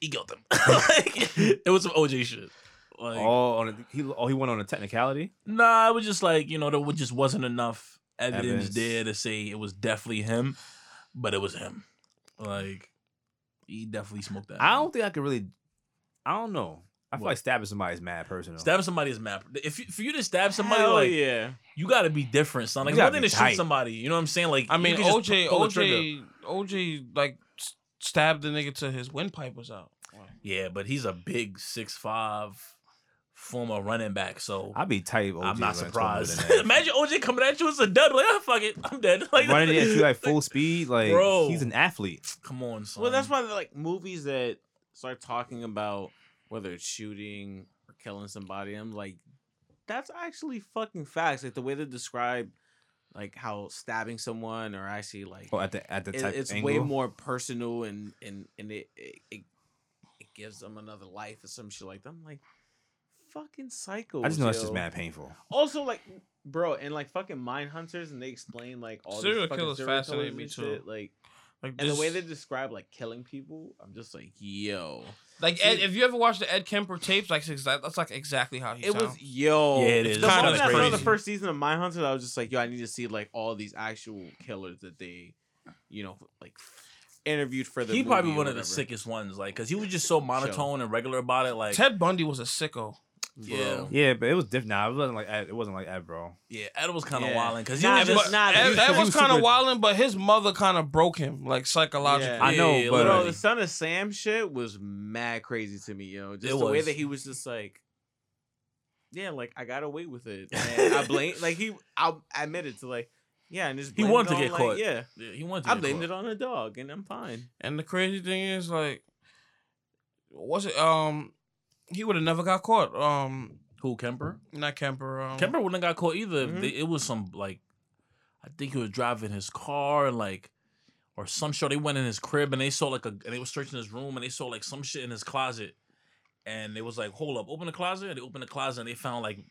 he killed him. like, it was some OJ shit. Like, oh, on a, he oh he went on a technicality. nah, it was just like, you know, there wa- just wasn't enough evidence, Evidence. there to say it was definitely him, but it was him. Like, he definitely smoked that. I don't think I could really. I don't know. I feel What? like stabbing somebody is mad personal. Stabbing somebody is mad. If you, for you to stab somebody, Somebody Hell like yeah. you got to be different, son. Like You it's one gotta thing be to shoot tight. somebody, you know what I'm saying? Like I you mean, could just OJ, pull the trigger. OJ, OJ, like s- stabbed the nigga till his windpipe was out. Yeah, but he's a big six five former running back, so I'd be tight. OG, I'm not when I told him surprised. that. Imagine OJ coming at you as a dub, like oh, fuck it, I'm dead. Like running at you like full speed. Like Bro. he's an athlete. Come on, son. Well, that's why like movies that start talking about whether it's shooting or killing somebody, I'm like, that's actually fucking facts. Like the way they describe like how stabbing someone or actually like Oh, at the at the it- type it's angle. way more personal and and and it it, it it gives them another life or some shit like that. I'm like, fucking psycho. I just know that's just mad painful. Also, like, bro, and like fucking mind hunters, and they explain like all Serial these fucking killers serial fascinate killers me and too. shit, Like, Like, and the way they just- describe like killing people, I'm just like, yo, like Ed, if you ever watched the Ed Kemper tapes, like it's exact- that's like exactly how he. it was sound. yo. Yeah, it it's is. The Kinda moment I saw the crazy. first season of Mind Hunters, I was just like, yo, I need to see like all these actual killers that they, you know, like interviewed for the. he movie probably or one of the whatever. sickest ones, like, cause he was just so monotone and regular about it. Like, Ted Bundy was a sicko. yeah, Yeah, but it was different. Nah, it wasn't like Ed- it wasn't like Ed, bro. yeah, Ed was kind of Yeah. wilding, cause he Nah, was but- just nah, Ed, he- Ed he was was kind of super- wilding, but his mother kind of broke him, like psychologically. Yeah. I know, Yeah, but- Yo, literally. uh, the son of Sam shit was mad crazy to me, yo. Just It the way was. that he was just like, yeah, like I got away with it. And I blame, like he, I admitted to like, yeah, and just He blamed wanted it to on, get like, caught. Yeah, yeah, he wanted to. I get blamed caught. it on a dog, and I'm fine. And the crazy thing is, like, was it? Um, he would have never got caught. Um, Who Kemper? not Kemper. Um, Kemper wouldn't have got caught either. if Mm-hmm. Mhm. they- it was some like, I think he was driving his car and like, or some show. They went in his crib and they saw like a, and they were searching his room and they saw like some shit in his closet, and they was like, hold up, open the closet. And they opened the closet and they found like a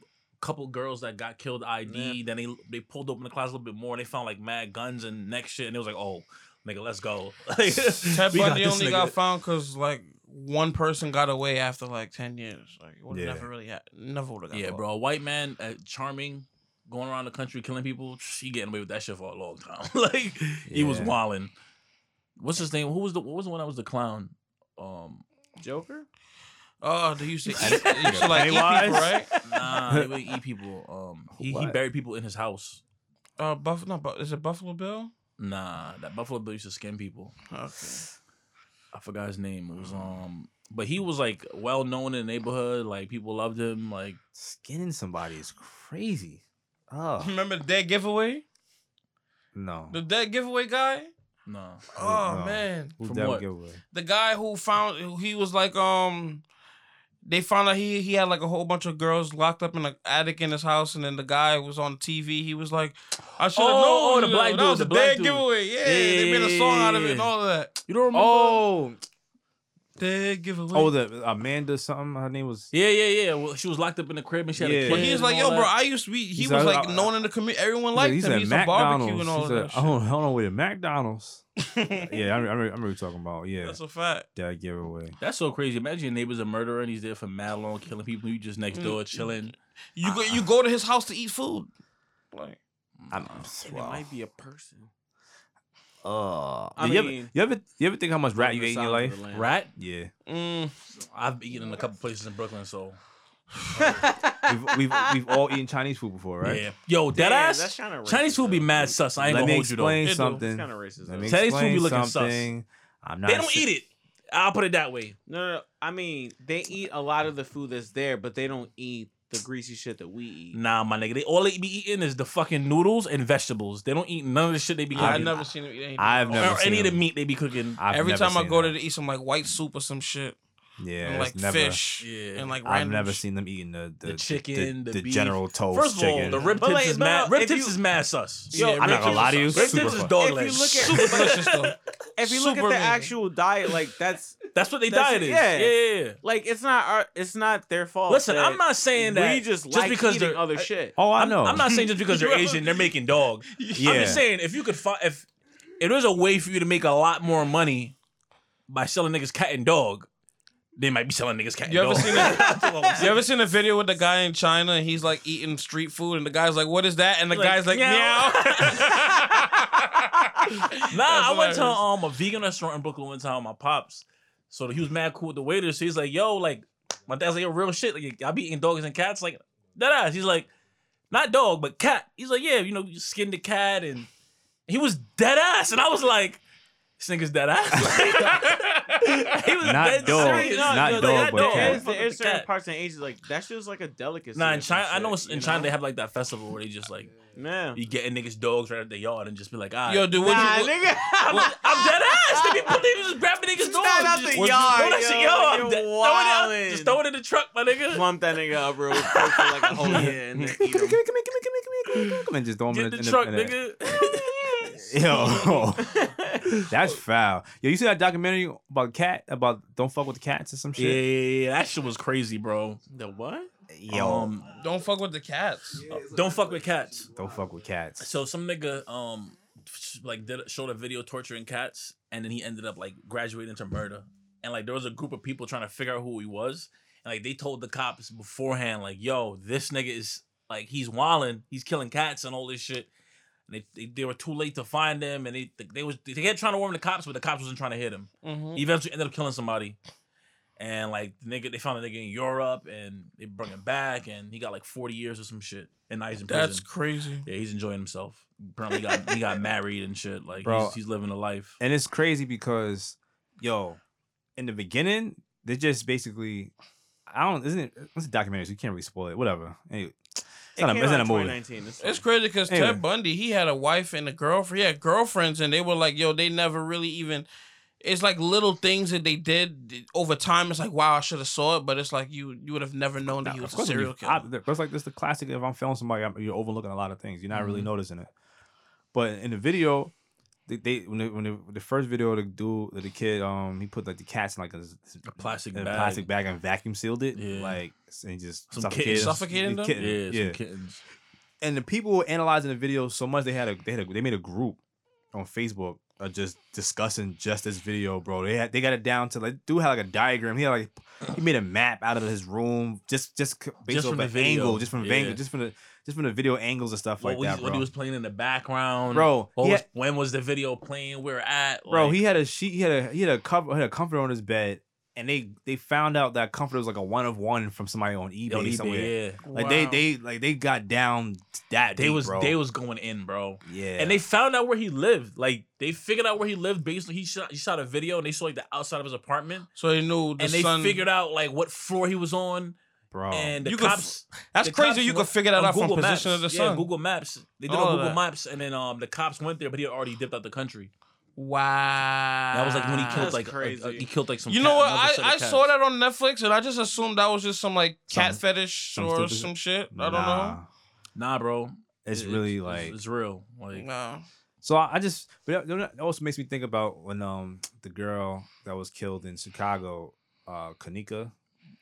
couple girls that got killed ID. Then they they pulled open the closet a little bit more and they found like mad guns and next shit. And it was like, oh, nigga, let's go. Like, Ted we got Bundy this only nigga. got found because like one person got away after like ten years. Like, would have Yeah. never really, ha- never would have got Yeah, caught. bro. A white man, uh, charming, going around the country killing people. She getting away with that shit for a long time. like he was Yeah. wilding. What's his name? Who was the? What was the one that was the clown? Um, Joker? Oh, they used to, eat, they used to like eat people, Pennywise? right? nah, he would eat people. Um, he, he What? buried people in his house. Uh, Buff, no, but is it Buffalo Bill? Nah, that Buffalo Bill used to skin people. Okay. I forgot his name. It was Mm. um, but he was like well known in the neighborhood. Like people loved him. Like Skinning somebody is crazy. Oh Remember the dead giveaway? no. The dead giveaway guy? nah, Oh no. man, Who's From that what? giveaway? the guy who found who- he was like um. They found out he he had like a whole bunch of girls locked up in an attic in his house, and then the guy was on TV. He was like, "I should have Oh, known." the you black know, dude, that was the a black dead dude. giveaway. Yeah, they made a Yeah, song out of yeah, it and yeah. all of that. you don't remember? Oh, Dead giveaway. oh, the Amanda something. Her name was. Yeah, yeah, yeah. Well, she was locked up in the crib and she had a Yeah. kid. But he was and like, all "Yo, bro, that. I used to be." He He's was like, like uh, known in the community. Everyone Like, liked he's him. He at used to barbecue McDonald's. and all He's of at, that. I don't, I don't know where the McDonald's. shit. Yeah, I remember, I remember, I remember talking about. Yeah, That's a fact. that giveaway. That's so crazy. Imagine your neighbor's a murderer and he's there for mad long, killing people. You just next Mm. door chilling. You go, you go to his house to eat food. Like, I'm, And It wow. might be a person. Uh, Oh, I you, mean- ever, you ever you ever think how much rat On you the ate in your life? sides of the land. Rat? Yeah, mm, I've eaten in a couple places in Brooklyn, so we've, we've we've all eaten Chinese food before, right? yeah. Yo, dead Damn, ass. that's kinda racist, Chinese food be though. mad sus. I ain't Let gonna me hold you though. explain It do. something. It's kind of racist. Let me Chinese food explain be looking sus. something. I'm not. They don't eat it. I'll put it that way. No, no, no, I mean, they eat a lot of the food that's there, but they don't eat the greasy shit that we eat. Nah, my nigga. They all they be eating is the fucking noodles and vegetables. They don't eat none of the shit they be cooking. I never seen him eat anything. I've never or any seen of the them. meat they be cooking. I've Every never time I seen go that. there to eat some like white soup or some shit, yeah, and, it's like never, fish, Yeah. and like I've random. never sh- seen them eating the the, chicken, the, the beef. general toast. First of all, chicken. the rib But, tips like, is no, mad. no, Rib if tips you- is mad sus. Yeah, I'm not rib gonna tips lie are to you. sus. Rib super tips is fun. dogleg. If you look at- Super Delicious though. If you look at Super the amazing. actual diet, like that's That's what they That's diet it, is. yeah. yeah, yeah. like it's not our, it's not their fault. Listen, that I'm not saying that we just like because eating they're other shit. oh, I I'm, know. I'm not saying just because they're Bro. Asian, they're making dog. Yeah, I'm just saying if you could find if if there's a way for you to make a lot more money by selling niggas cat and dog, they might be selling niggas cat You and ever dog. seen that- You ever seen a video with the guy in China and he's like eating street food and the guy's like, "What is that?" and the Like, guy's like, "Meow." "Meow." nah, That's I went to hilarious. um a vegan restaurant in Brooklyn one time. with My pops, so he was mad cool with the waiter. So he's like, "Yo, like my dad's like, yo, real shit. Like I be eating dogs and cats. Like that ass." He's like, "Not dog, but cat." He's like, "Yeah, you know, you skin the cat." And he was dead ass, and I was like, "This nigga's dead ass." he was Not dead dog. serious. Not he was dog, Oh, "Not but dog, cat." I There's, fuck with there's the certain cat." parts in Asia like that's just like a delicacy. Nah, or in some China, I know shit, in you China they have like that festival where they just like Yeah. you getting niggas dogs right at the yard and just be like, "Ah, Yo, dude, what Nah, you, what- nigga. I'm, I'm dead ass. They be, they be just grabbing niggas' dogs. Not out the just, yard, throw that yo. shit, yo, I'm You're dead. Throw it out. wildin'. Just throw it in the truck, my nigga. Plump that nigga up real quick for like a whole year and then eat Come here, come here, come here, come here, come him. here, come here, come here, come here. Just throw them Get in the in truck, in the- nigga. Yo, that's foul. Yo, you see that documentary about cat about don't fuck with the cats or some yeah, shit? yeah, yeah, that shit was crazy, bro. The what? Oh, Um, don't fuck with the cats. don't fuck with cats. don't fuck with cats. So some nigga um like did showed a video torturing cats, and then he ended up like graduating to murder. And like there was a group of people trying to figure out who he was, and like they told the cops beforehand, like, "Yo, this nigga is like he's wilding, he's killing cats and all this shit." and they, they, they were too late to find them, and they they was they kept trying to warn the cops, but the cops wasn't trying to hit him. Mm-hmm. He eventually ended up killing somebody. And like the nigga, they found a nigga in Europe, and they brought him back, and he got like forty years or some shit, and now he's in That's prison. crazy. Yeah, he's enjoying himself. Apparently, he got, he got married and shit. Like Bro. he's, he's living a life. And it's crazy because, yo, in the beginning, they just basically, I don't, isn't it? It's a documentary, so you can't really spoil it. Whatever. Anyway, it's not a, it's not a movie. It's It's crazy because Anyway. Ted Bundy, he had a wife and a girlfriend. He had girlfriends, and they were like, yo, they never really even. It's like little things that they did over time. It's like, wow, I should have saw it, but it's like you you would have never known that Nah, he of was a course it'd be- serial I- killer. that's like this the classic. If I'm filming somebody, I'm, you're overlooking a lot of things. You're not really Mhm. noticing it. But in the video, they, they when they, when they, the first video the dude the kid um he put like the cats in like a, A plastic in a bag. plastic bag and vacuum sealed it Yeah. like and just Some suffocated kittens. Suffocating the them? Yeah, kitten. some yeah. kittens. And the people were analyzing the video so much they had a they had a, they made a group on Facebook. of just discussing just this video, bro. They had, they got it down to like dude had like a diagram. He had like he made a map out of his room just just c- based Just off from the an video. angle, just from the Yeah. angle, just from the just from the video angles and stuff What, like that, was, bro. what he was playing in the background, bro, What he was, had, when was the video playing? Where at? bro, like- he had a sheet. He had a he had a cover. Had a comforter on his bed, and they they found out that comforter was like a one of one from somebody on eBay, Yo, he somewhere. did, yeah. Like they Wow. they like they got down to that. They deep, was bro. they was going in, bro. yeah, And they found out where he lived. Like they figured out where he lived based on he shot he shot a video and they saw like the outside of his apartment. So they knew the and they son- figured out like what floor he was on. bro. And the You could cops That's the crazy. cops You could went figure that on out from Google position Maps. of the Yeah, sun. Google Maps. They did All on of Google that. Maps and then um the cops went there, but he had already dipped out the country. Wow. That was like when he Ah, killed That's like a- a, crazy. he killed like some You cat- know what? another set of I, I cats. saw that on Netflix and I just assumed that was just some like cat Some- fetish some or stupid- some shit. I don't Nah, Nah, bro. It's It- really it's- like it's, real. Like know. No. So I, I just, but that, that also makes me think about when um the girl that was killed in Chicago, uh Kanika,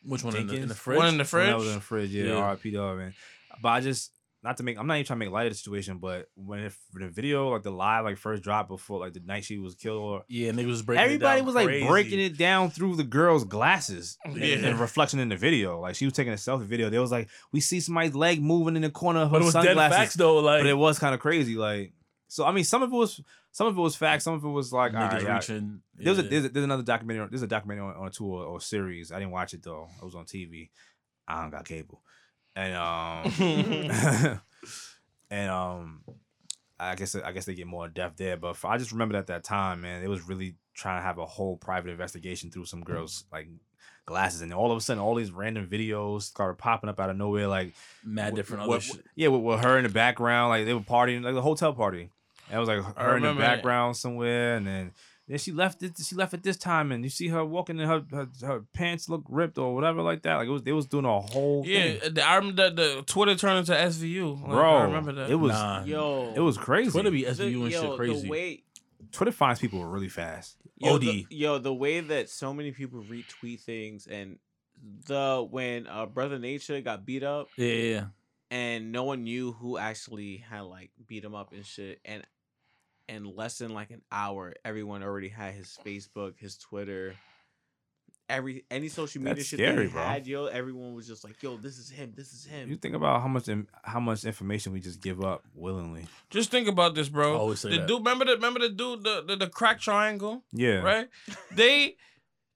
which one in the, in the Jenkins? fridge? One in the when fridge. that was in the fridge, yeah, Yeah. R.I.P. dog, man. But I just not to make, I'm not even trying to make light of the situation, but when if the video like the live like first dropped before like the night she was killed, or, yeah, niggas was breaking. everybody it down was like crazy. breaking it down through the girl's glasses and, Yeah. and reflection in the video. Like she was taking a selfie video, they was like, we see somebody's leg moving in the corner of her But it was dead sunglasses facts though. Like but it was kind of crazy. Like, so I mean, some of it was some of it was facts, some of it was like, all niggas right, all right. reaching. There's a yeah. there's, a, there's another documentary. There's a documentary on, on a tour or series. I didn't watch it though. It was on TV. I don't got cable, and um, and um, I guess I guess they get more in depth there. But I just remembered at that time, man, it was really trying to have a whole private investigation through some girls like glasses, and all of a sudden, all these random videos started popping up out of nowhere, like mad with- different with- other shit. Yeah, with, with her in the background, like they were partying, like the hotel party. And it was like her in the remember that. background somewhere, and then then she left it. She left at this time, and you see her walking, and her her, her pants look ripped or whatever like that. Like it was, they was doing a whole Yeah, uh, thing. the- I remember that the Twitter turned into SVU. Like, bro. I remember that. It was Nah, yo. it was crazy. Twitter Twitter, be the- SVU and yo, shit crazy. The way, Twitter finds people really fast. yo, OD. The, yo, the way that so many people retweet things and the when uh, Brother Nature got beat up yeah, yeah, yeah. and no one knew who actually had like beat him up and shit and in less than like an hour everyone already had his facebook his twitter every any social media That's shit scary, they bro. had yo everyone was just like yo this is him this is him You think about how much in- how much information we just give up willingly. Just think about this, bro. I always Oh, say the that. dude, remember the remember the dude, the the, the crack triangle, Yeah, right? They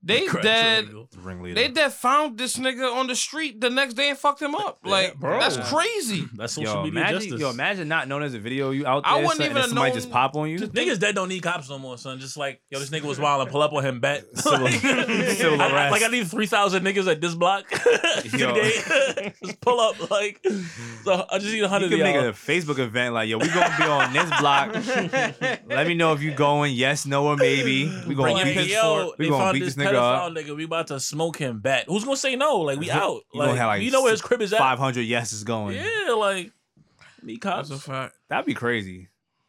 they Crack dead. triangle. The ringleader. They dead found this nigga on the street the next day and fucked him up. Yeah, Like, bro. that's crazy. That's social yo, media imagine, justice. yo, imagine not knowing there's a video you out there. I wouldn't son, and even then have somebody known- just pop on you. Niggas that don't need cops no more, son. Just like, yo, this nigga was wild. Pull up on him, bet. Civil- like, civil I- I- arrest. like, I need 3,000 niggas at this block Yo. today. just pull up. Like, so I just need 100 You of can make y'all. a Facebook event like, yo, we gonna be on this block. Let me know if you going. Yes, no, or maybe. We gonna Like, beat this. yo, we they gonna found beat this this nigga up. pedophile nigga. We about to smoke him back. Who's gonna say no? Like, we You out. gonna Like, have, like, you know where his crib is at? Five hundred yes is going. Yeah, like, me cops. That's a fact. That'd be crazy.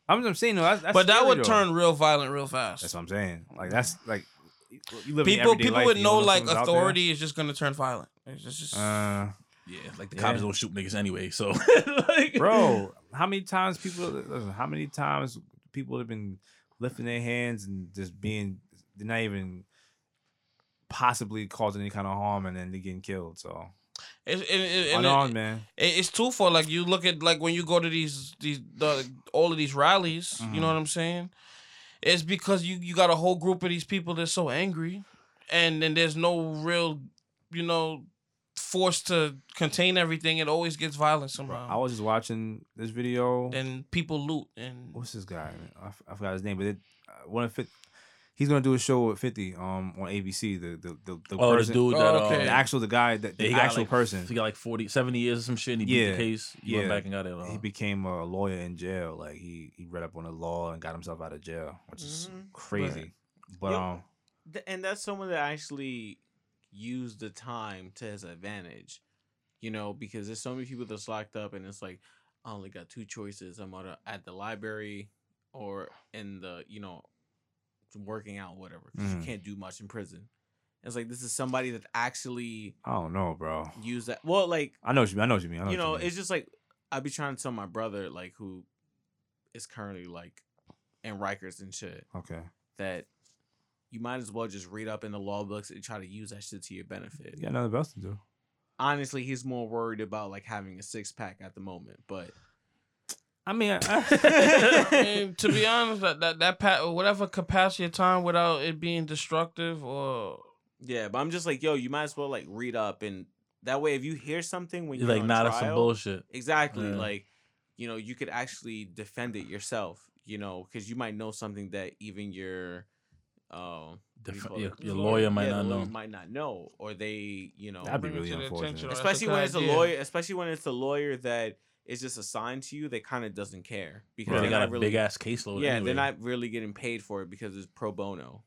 I'm just saying though. That's, that's but that scary, would though. turn real violent real fast. That's what I'm saying. Like that's like you live people in everyday people life, would you don't know like someone's out there. authority is just gonna turn violent. It's just, it's just- Uh, Yeah, like the Yeah. cops don't shoot niggas anyway. So, like, bro, how many times people? Listen, how many times people have been lifting their hands and just being they're not even possibly causing any kind of harm, and then they're getting killed. So It's, it, it, On and on, it- man. it- it's twofold. Like you look at like when you go to these these the, all of these rallies. You know Mhm. what I'm saying? It's because you you got a whole group of these people that's so angry, and then there's no real, you know, force to contain everything. It always gets violent Bro, somehow. I was just watching this video. Oh. and people loot and What's this guy? Man? I, f- I forgot his name, but it, uh, one of fif- he's gonna do a show with Fifty um on ABC. The the the, the Oh, the person- dude Oh, that okay. um, the actual the guy, the, Yeah, the he got, actual like, person. He got like 40, 70 years or some shit, and he beat Yeah, the case. He yeah. went back and got it. uh, he became a lawyer in jail. Like he he read up on the law and got himself out of jail, which is Mhm. crazy. But Yo- um, Th- and that's someone that actually used the time to his advantage, you know, because there's so many people that's locked up, and it's like I only got two choices: I'm either at the library or in the, you know, working out, whatever. 'cause Mhm. You can't do much in prison. It's like this is somebody that actually I don't know, bro. used that. Well, like I know what you mean. I know what you mean. I know you what know, mean. it's just like I'd be trying to tell my brother, like who is currently like in Rikers and shit, okay. that you might as well just read up in the law books and try to use that shit to your benefit. You got nothing else to do. Honestly, he's more worried about like having a six pack at the moment, but I mean, I, I mean, to be honest, that that, that pa- whatever capacity of time without it being destructive or yeah, but I'm just like, yo, you might as well like read up and that way if you hear something when He's you're like, on nah, that's some trial- bullshit. Exactly. Yeah. Like, you know, you could actually defend it yourself, you know, because you might know something that even your um what do you Def- call your, it? your lawyer might Yeah, not the know. lawyer might not know, or they, you know, That'd be bring it really to their unfortunate. attention or that's a especially good when it's a idea. lawyer, especially when it's a lawyer that is just assigned to you, they kind of doesn't care because Yeah, they they're got a not really, big ass caseload. yeah, anyway. they're not really getting paid for it because it's pro bono.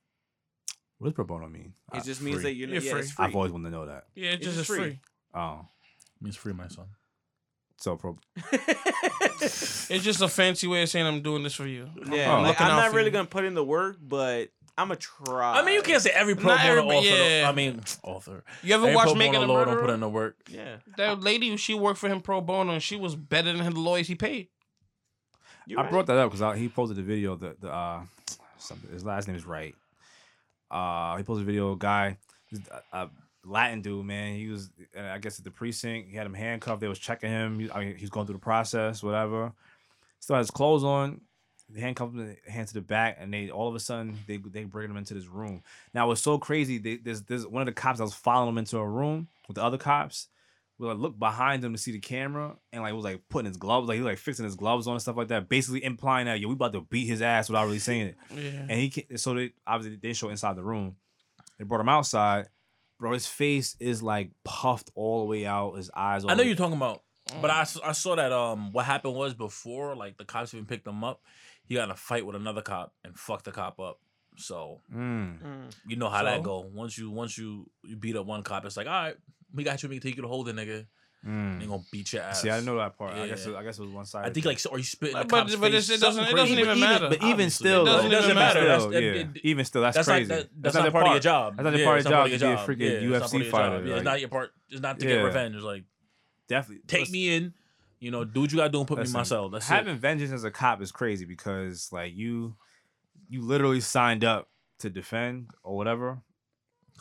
what does pro bono mean? It Uh, just means free. that you're, You're not yeah, it's free. I've free. always wanted to know that. yeah, it It's just is just free. free. Oh, Means free, my son. so pro. It's just a fancy way of saying I'm doing this for you. yeah, Oh. like, looking I'm out not for really you. gonna put in the work, but I'm gonna try. I mean, you can't say every pro Not bono everybody- author. though. yeah. I mean, author. You ever Every watch pro Making bono a lawyer don't Murderer? put in the work. Yeah, that lady, she worked for him pro bono, and she was better than the lawyers he paid. you're I right. brought that up because he posted a video. The the uh, something, his last name is Wright. Uh, he posted a video. A guy, uh, a, a Latin dude, man. He was, uh, I guess, at the precinct. He had him handcuffed. They was checking him. He, I mean, he's going through the process, whatever. Still has his clothes on. They handcuffed him, hand to the back, and they all of a sudden they they bring him into this room. Now it's so crazy. They, there's there's one of the cops that was following him into a room with the other cops. We like looked behind him to see the camera, and like was like putting his gloves, like he was, like fixing his gloves on and stuff like that, basically implying that yo, we about to beat his ass without really saying it. Yeah. And he can so they obviously they show inside the room. They brought him outside, bro. His face is like puffed all the way out. His eyes. All I know the- you're talking about, but Mm. I, s- I saw that um what happened was before like the cops even picked him up, he got in a fight with another cop and fucked the cop up. So Mm. Mm. you know how that So? go. Once you once you you beat up one cop, it's like all right, we got you. We can take you to holding nigga. They Mm. gonna beat your ass. See, I didn't know that part. I guess Yeah. it, I guess it was one side. I think like so, or you spit in the But- but- cop's but it's- face. it doesn't- something it doesn't crazy. even matter. But even Obviously, still, it though, doesn't even even matter. still, That's- yeah. that- that- even still, that's, That's, crazy. not that, that's, their not part of your part. job. That's not the Yeah, part it's of not your job to be a freaking Yeah, it's not part of UFC your job. fighter, Yeah, like- it's not your part. It's not to get Yeah. revenge. It's like Definitely take Listen, me in, you know, do what you gotta do and put Listen, me myself. That's it. having vengeance as a cop is crazy because like you, you literally signed up to defend or whatever.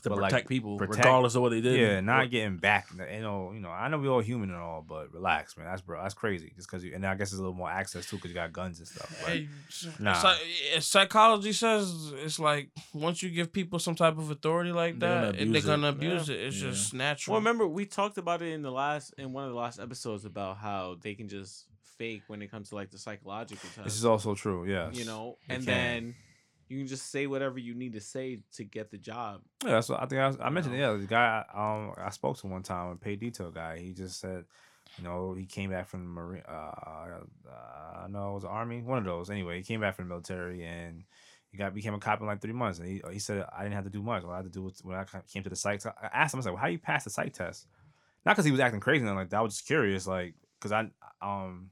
to but, like, protect people, protect- regardless of what they did. Yeah, not Or- getting back. You know, you know. I know we all human and all, but relax, man. That's bro. That's crazy. Just because you and I guess there's a little more access too because you got guns and stuff. Like, Hey, psy- nah. psychology says it's like once you give people some type of authority like They're gonna that, it- they're abuse it. gonna abuse it. It's Yeah. just natural. Well, remember we talked about it in the last in one of the last episodes about how they can just fake when it comes to like the psychological this test, is also true. Yeah, you know, they and can. then you can just say whatever you need to say to get the job. Yeah, that's what I think I, was, I mentioned. Yeah, the guy um I spoke to one time, a paid detail guy. He just said, you know, he came back from the marine. Uh, uh, no, it was the army. One of those. Anyway, he came back from the military and he got became a cop in like three months. And he, he said I didn't have to do much. What I had to do was when I ca- came to the psych. I asked him, I was like, well, how you pass the psych test? Not because he was acting crazy. And like that. I was just curious, like, cause I um.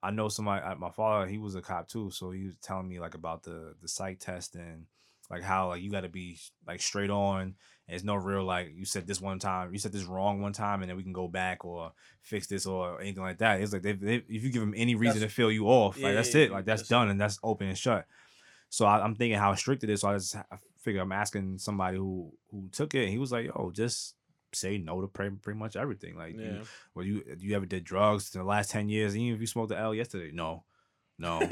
I know somebody. I- My father, he was a cop too, so he was telling me like about the the psych test and like how like you got to be like straight on. and It's no real like you said this one time, you said this wrong one time, and then we can go back or fix this or anything like that. It's like they, they if you give them any reason to feel you off, like Yeah, that's yeah, it, yeah, like that's that's- done and that's open and shut. So I, I'm thinking how strict it is. So I just ha- I figure I'm asking somebody who who took it. And he was like, "Yo, just say no to pretty, pretty much everything. Like, you- Yeah. well, you you ever did drugs in the last ten years? Even if you smoked the L yesterday, no, no,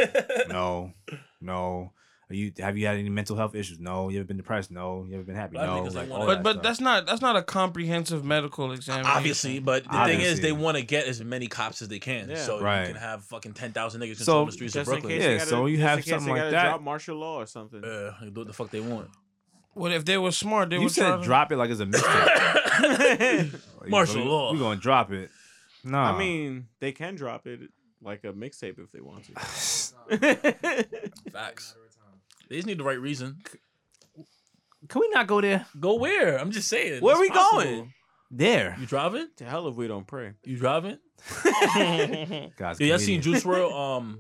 no, no. Are you have you had any mental health issues? No. You ever been depressed? No. You ever been happy? But I No. think 'cause they Like, wanna- all But that but stuff. that's not that's not a comprehensive medical examination. Obviously, but the thing is, Obviously. they want to get as many cops as they can, Yeah. so Right. you can have fucking ten thousand niggas So, control the streets of Just in Brooklyn. Uh, case Yeah, they gotta, so you just have in case something they like gotta that. Drop martial law or something. Yeah, they do what the fuck they want. What if they were smart? They you would try said to- drop it like it's a mixtape. Like, Martial we- law. We gonna drop it. No. I mean, they can drop it like a mixtape if they want Uh. to. Facts. They just need the right reason. can we not go there? Go where? I'm just saying. Where It's we possible. going? There, You driving? to hell if we don't pray. You driving? guys. Yeah, y'all seen comedian. Juice World? Um,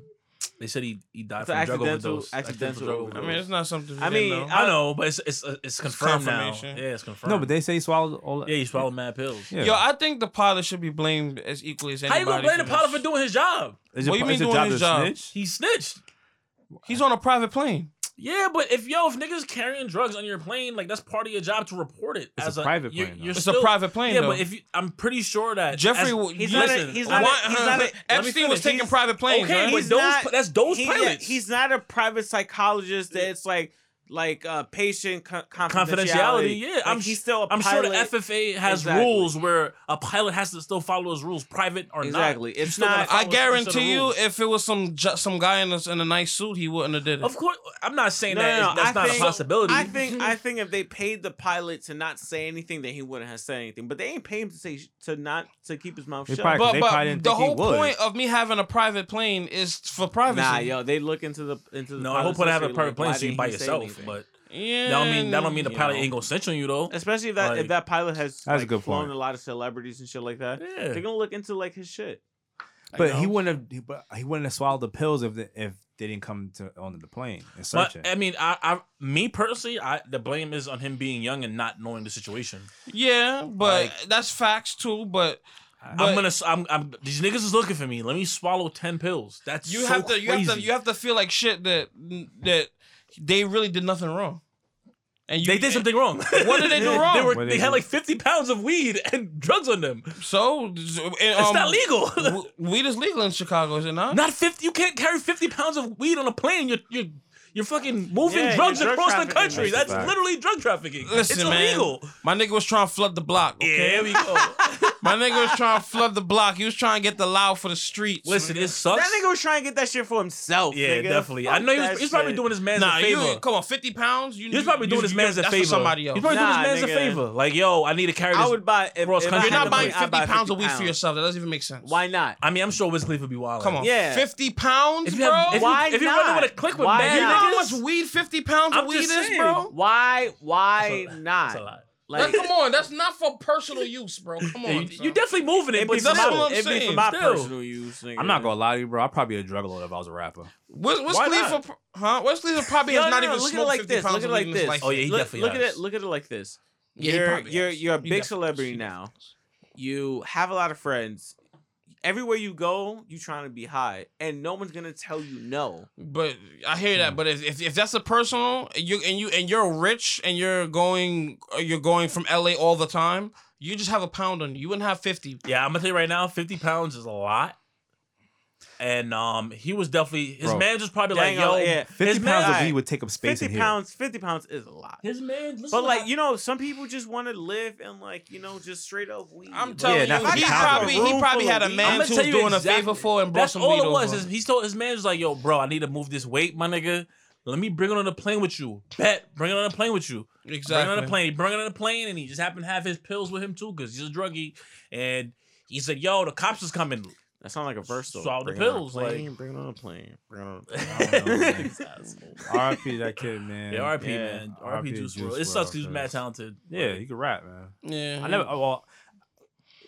they said he he died It's from an drug accidental- overdose. accidental I mean, it's not something. I I mean, mean, I know, but it's uh, it's it's confirmed now. Yeah, confirmation. it's confirmed. No, but they say he swallowed all. that- yeah, he swallowed mad pills. Yeah. yo, I think the pilot should be blamed as equally as How anybody. you gonna blame the this. pilot for doing his job? Is What you is mean doing job his to job? snitch? He snitched. He's on a private plane. Yeah, but if yo, if niggas carrying drugs on your plane, like that's part of your job to report it. It's as a private you're- plane, though. You're It's still- a private plane. Yeah, though. but if you, I'm pretty sure that Jeffrey, as- w- He's you- not a- listen, he's not a- why- he's not a- let me Epstein was finish. taking He's- private planes. okay, right? but He's those not- that's those He- pilots. he's not a private psychologist that's like like uh patient co- confidentiality. confidentiality. Yeah, Like, I'm he's still a I'm pilot. sure the FFA has Exactly. rules where a pilot has to still follow his rules, private or Exactly. not. It's still gotta not- follow I some set of guarantee you, rules. if it was some ju- some guy in a, in a nice suit, he wouldn't have did it. Of course, I'm not saying No, that no, no, that's I not think- a possibility. I think I think if they paid the pilot to not say anything, then he wouldn't have said anything. But they ain't paying him to say to not to keep his mouth They shut. probably- but they but didn't the think he whole would. point of me having a private plane is for privacy. nah, yo, they look into the into the. no, I hope I pilot's have a history, private like, plane why so you didn't by he say yourself, anything? but Yeah, that don't mean that don't mean the you pilot know. ain't gonna censor you though. especially if that Like- if that pilot has That's a like, good flown point. a lot of celebrities and shit like that. Yeah. They're gonna look into like his shit. But he wouldn't have. he- But he wouldn't have swallowed the pills if the, if they didn't come to onto the plane and search But it. I mean, I, I, me personally, I the blame is on him being young and not knowing the situation. Yeah, but Like- that's facts too. But I'm But- gonna, s- I'm, I'm, these niggas is looking for me. Let me swallow ten pills. That's you so have to you have to crazy. you have to feel like shit that that they really did nothing wrong. And you, they did something wrong. What did they do wrong? they were, What did they they had do? like 50 pounds of weed and drugs on them. So um, it's It's not legal. Weed is legal in Chicago, is it not? Um, not 50. You can't carry 50 pounds of weed on a plane. You're, you're, you're fucking moving Yeah, drugs you're drug across the trafficking. country. That's That's a fact. literally drug trafficking. Listen, it's man. illegal. My nigga was trying to flood the block. Okay? Yeah, we go. My nigga was trying to flood the block. He was trying to get the loud for the streets. Listen, nigga. it sucks. That nigga was trying to get that shit for himself. yeah, nigga. definitely. Fuck I know he that was, he's probably shit. doing his man's nah, a favor. you come on, fifty pounds. You, He's probably you- doing his you- man's a that's for favor. somebody else. He's probably Nah, doing his man's nigga. a favor. Like, yo, I need to carry I this. would buy if, Cross if I country. You're not had the buying money, I'd fifty buy pounds of weed for pounds. yourself. That doesn't even make sense. Why not? I mean, I'm sure Wiz Khalifa be wild. Come on, Yeah. fifty pounds, If you bro. have, if, Why you, if not? you're running with a click with Why bad you know how niggas, much weed fifty pounds of I'm weed just is, saying. bro? Why? Why That's a- not? That's a lot. Like, Now, come on, that's not for personal use, bro. Come Yeah, on, you, son. you definitely moving it, it'd be but for that's still, what my, I'm it'd be for saying. my Still. personal use. Nigga. I'm not gonna lie to you, bro. I'd probably be a drug lord if I was a rapper. Wiz, Wiz Why Khalifa, not? pro- huh? Wiz Khalifa probably No, has no, not no, even look at it smoked like fifty this, pounds look of at it weed like in his this. life. Oh, yeah, he look, definitely look at has. it. Look at it like this. Yeah, he you're probably you're has. you're a He big definitely celebrity has. now. You have a lot of friends. Everywhere you go, you trying to be high, and no one's gonna tell you no. But I hear that. But if, if, if that's a personal, and you and you and you're rich and you're going uh, you're going from LA all the time, you just have a pound on you. You wouldn't have fifty. Yeah, I'm gonna tell you right now, 50 pounds is a lot. And um, he was definitely his Bro. manager's probably Dang, like, yo, oh, yeah. his Fifty man- pounds of alright. weed would take up space in Fifty here. pounds. Fifty pounds is a lot. his man. Listen But like you, you know, some people just want to live in like you know just straight up weed. I'm bro. telling not you, for he the pound. probably he probably had a I'ma man who tell was you doing a exactly. favor for and brought that's some all weed it was. over. Is he told his manager's like, yo, bro, I need to move this weight, my nigga. Let me bring it on a plane with you. Bet, bring it on a plane with you. Bring it on a exactly. plane. He bring it on a plane, and he just happened to have his pills with him too, cause he's a druggie. And he said, yo, the cops is coming. That sounds like a verse. though. Swallow the Bring it on a pills, plane, like- bring it on a plane. Bring it on a plane. R.I.P. that kid, man. Yeah, RIP, Yeah, man. R.I.P. RIP Juice Juice World. It sucks WRLD, 'cause he was mad cause- talented. Yeah, he could rap, man. Yeah, I never. oh, Well,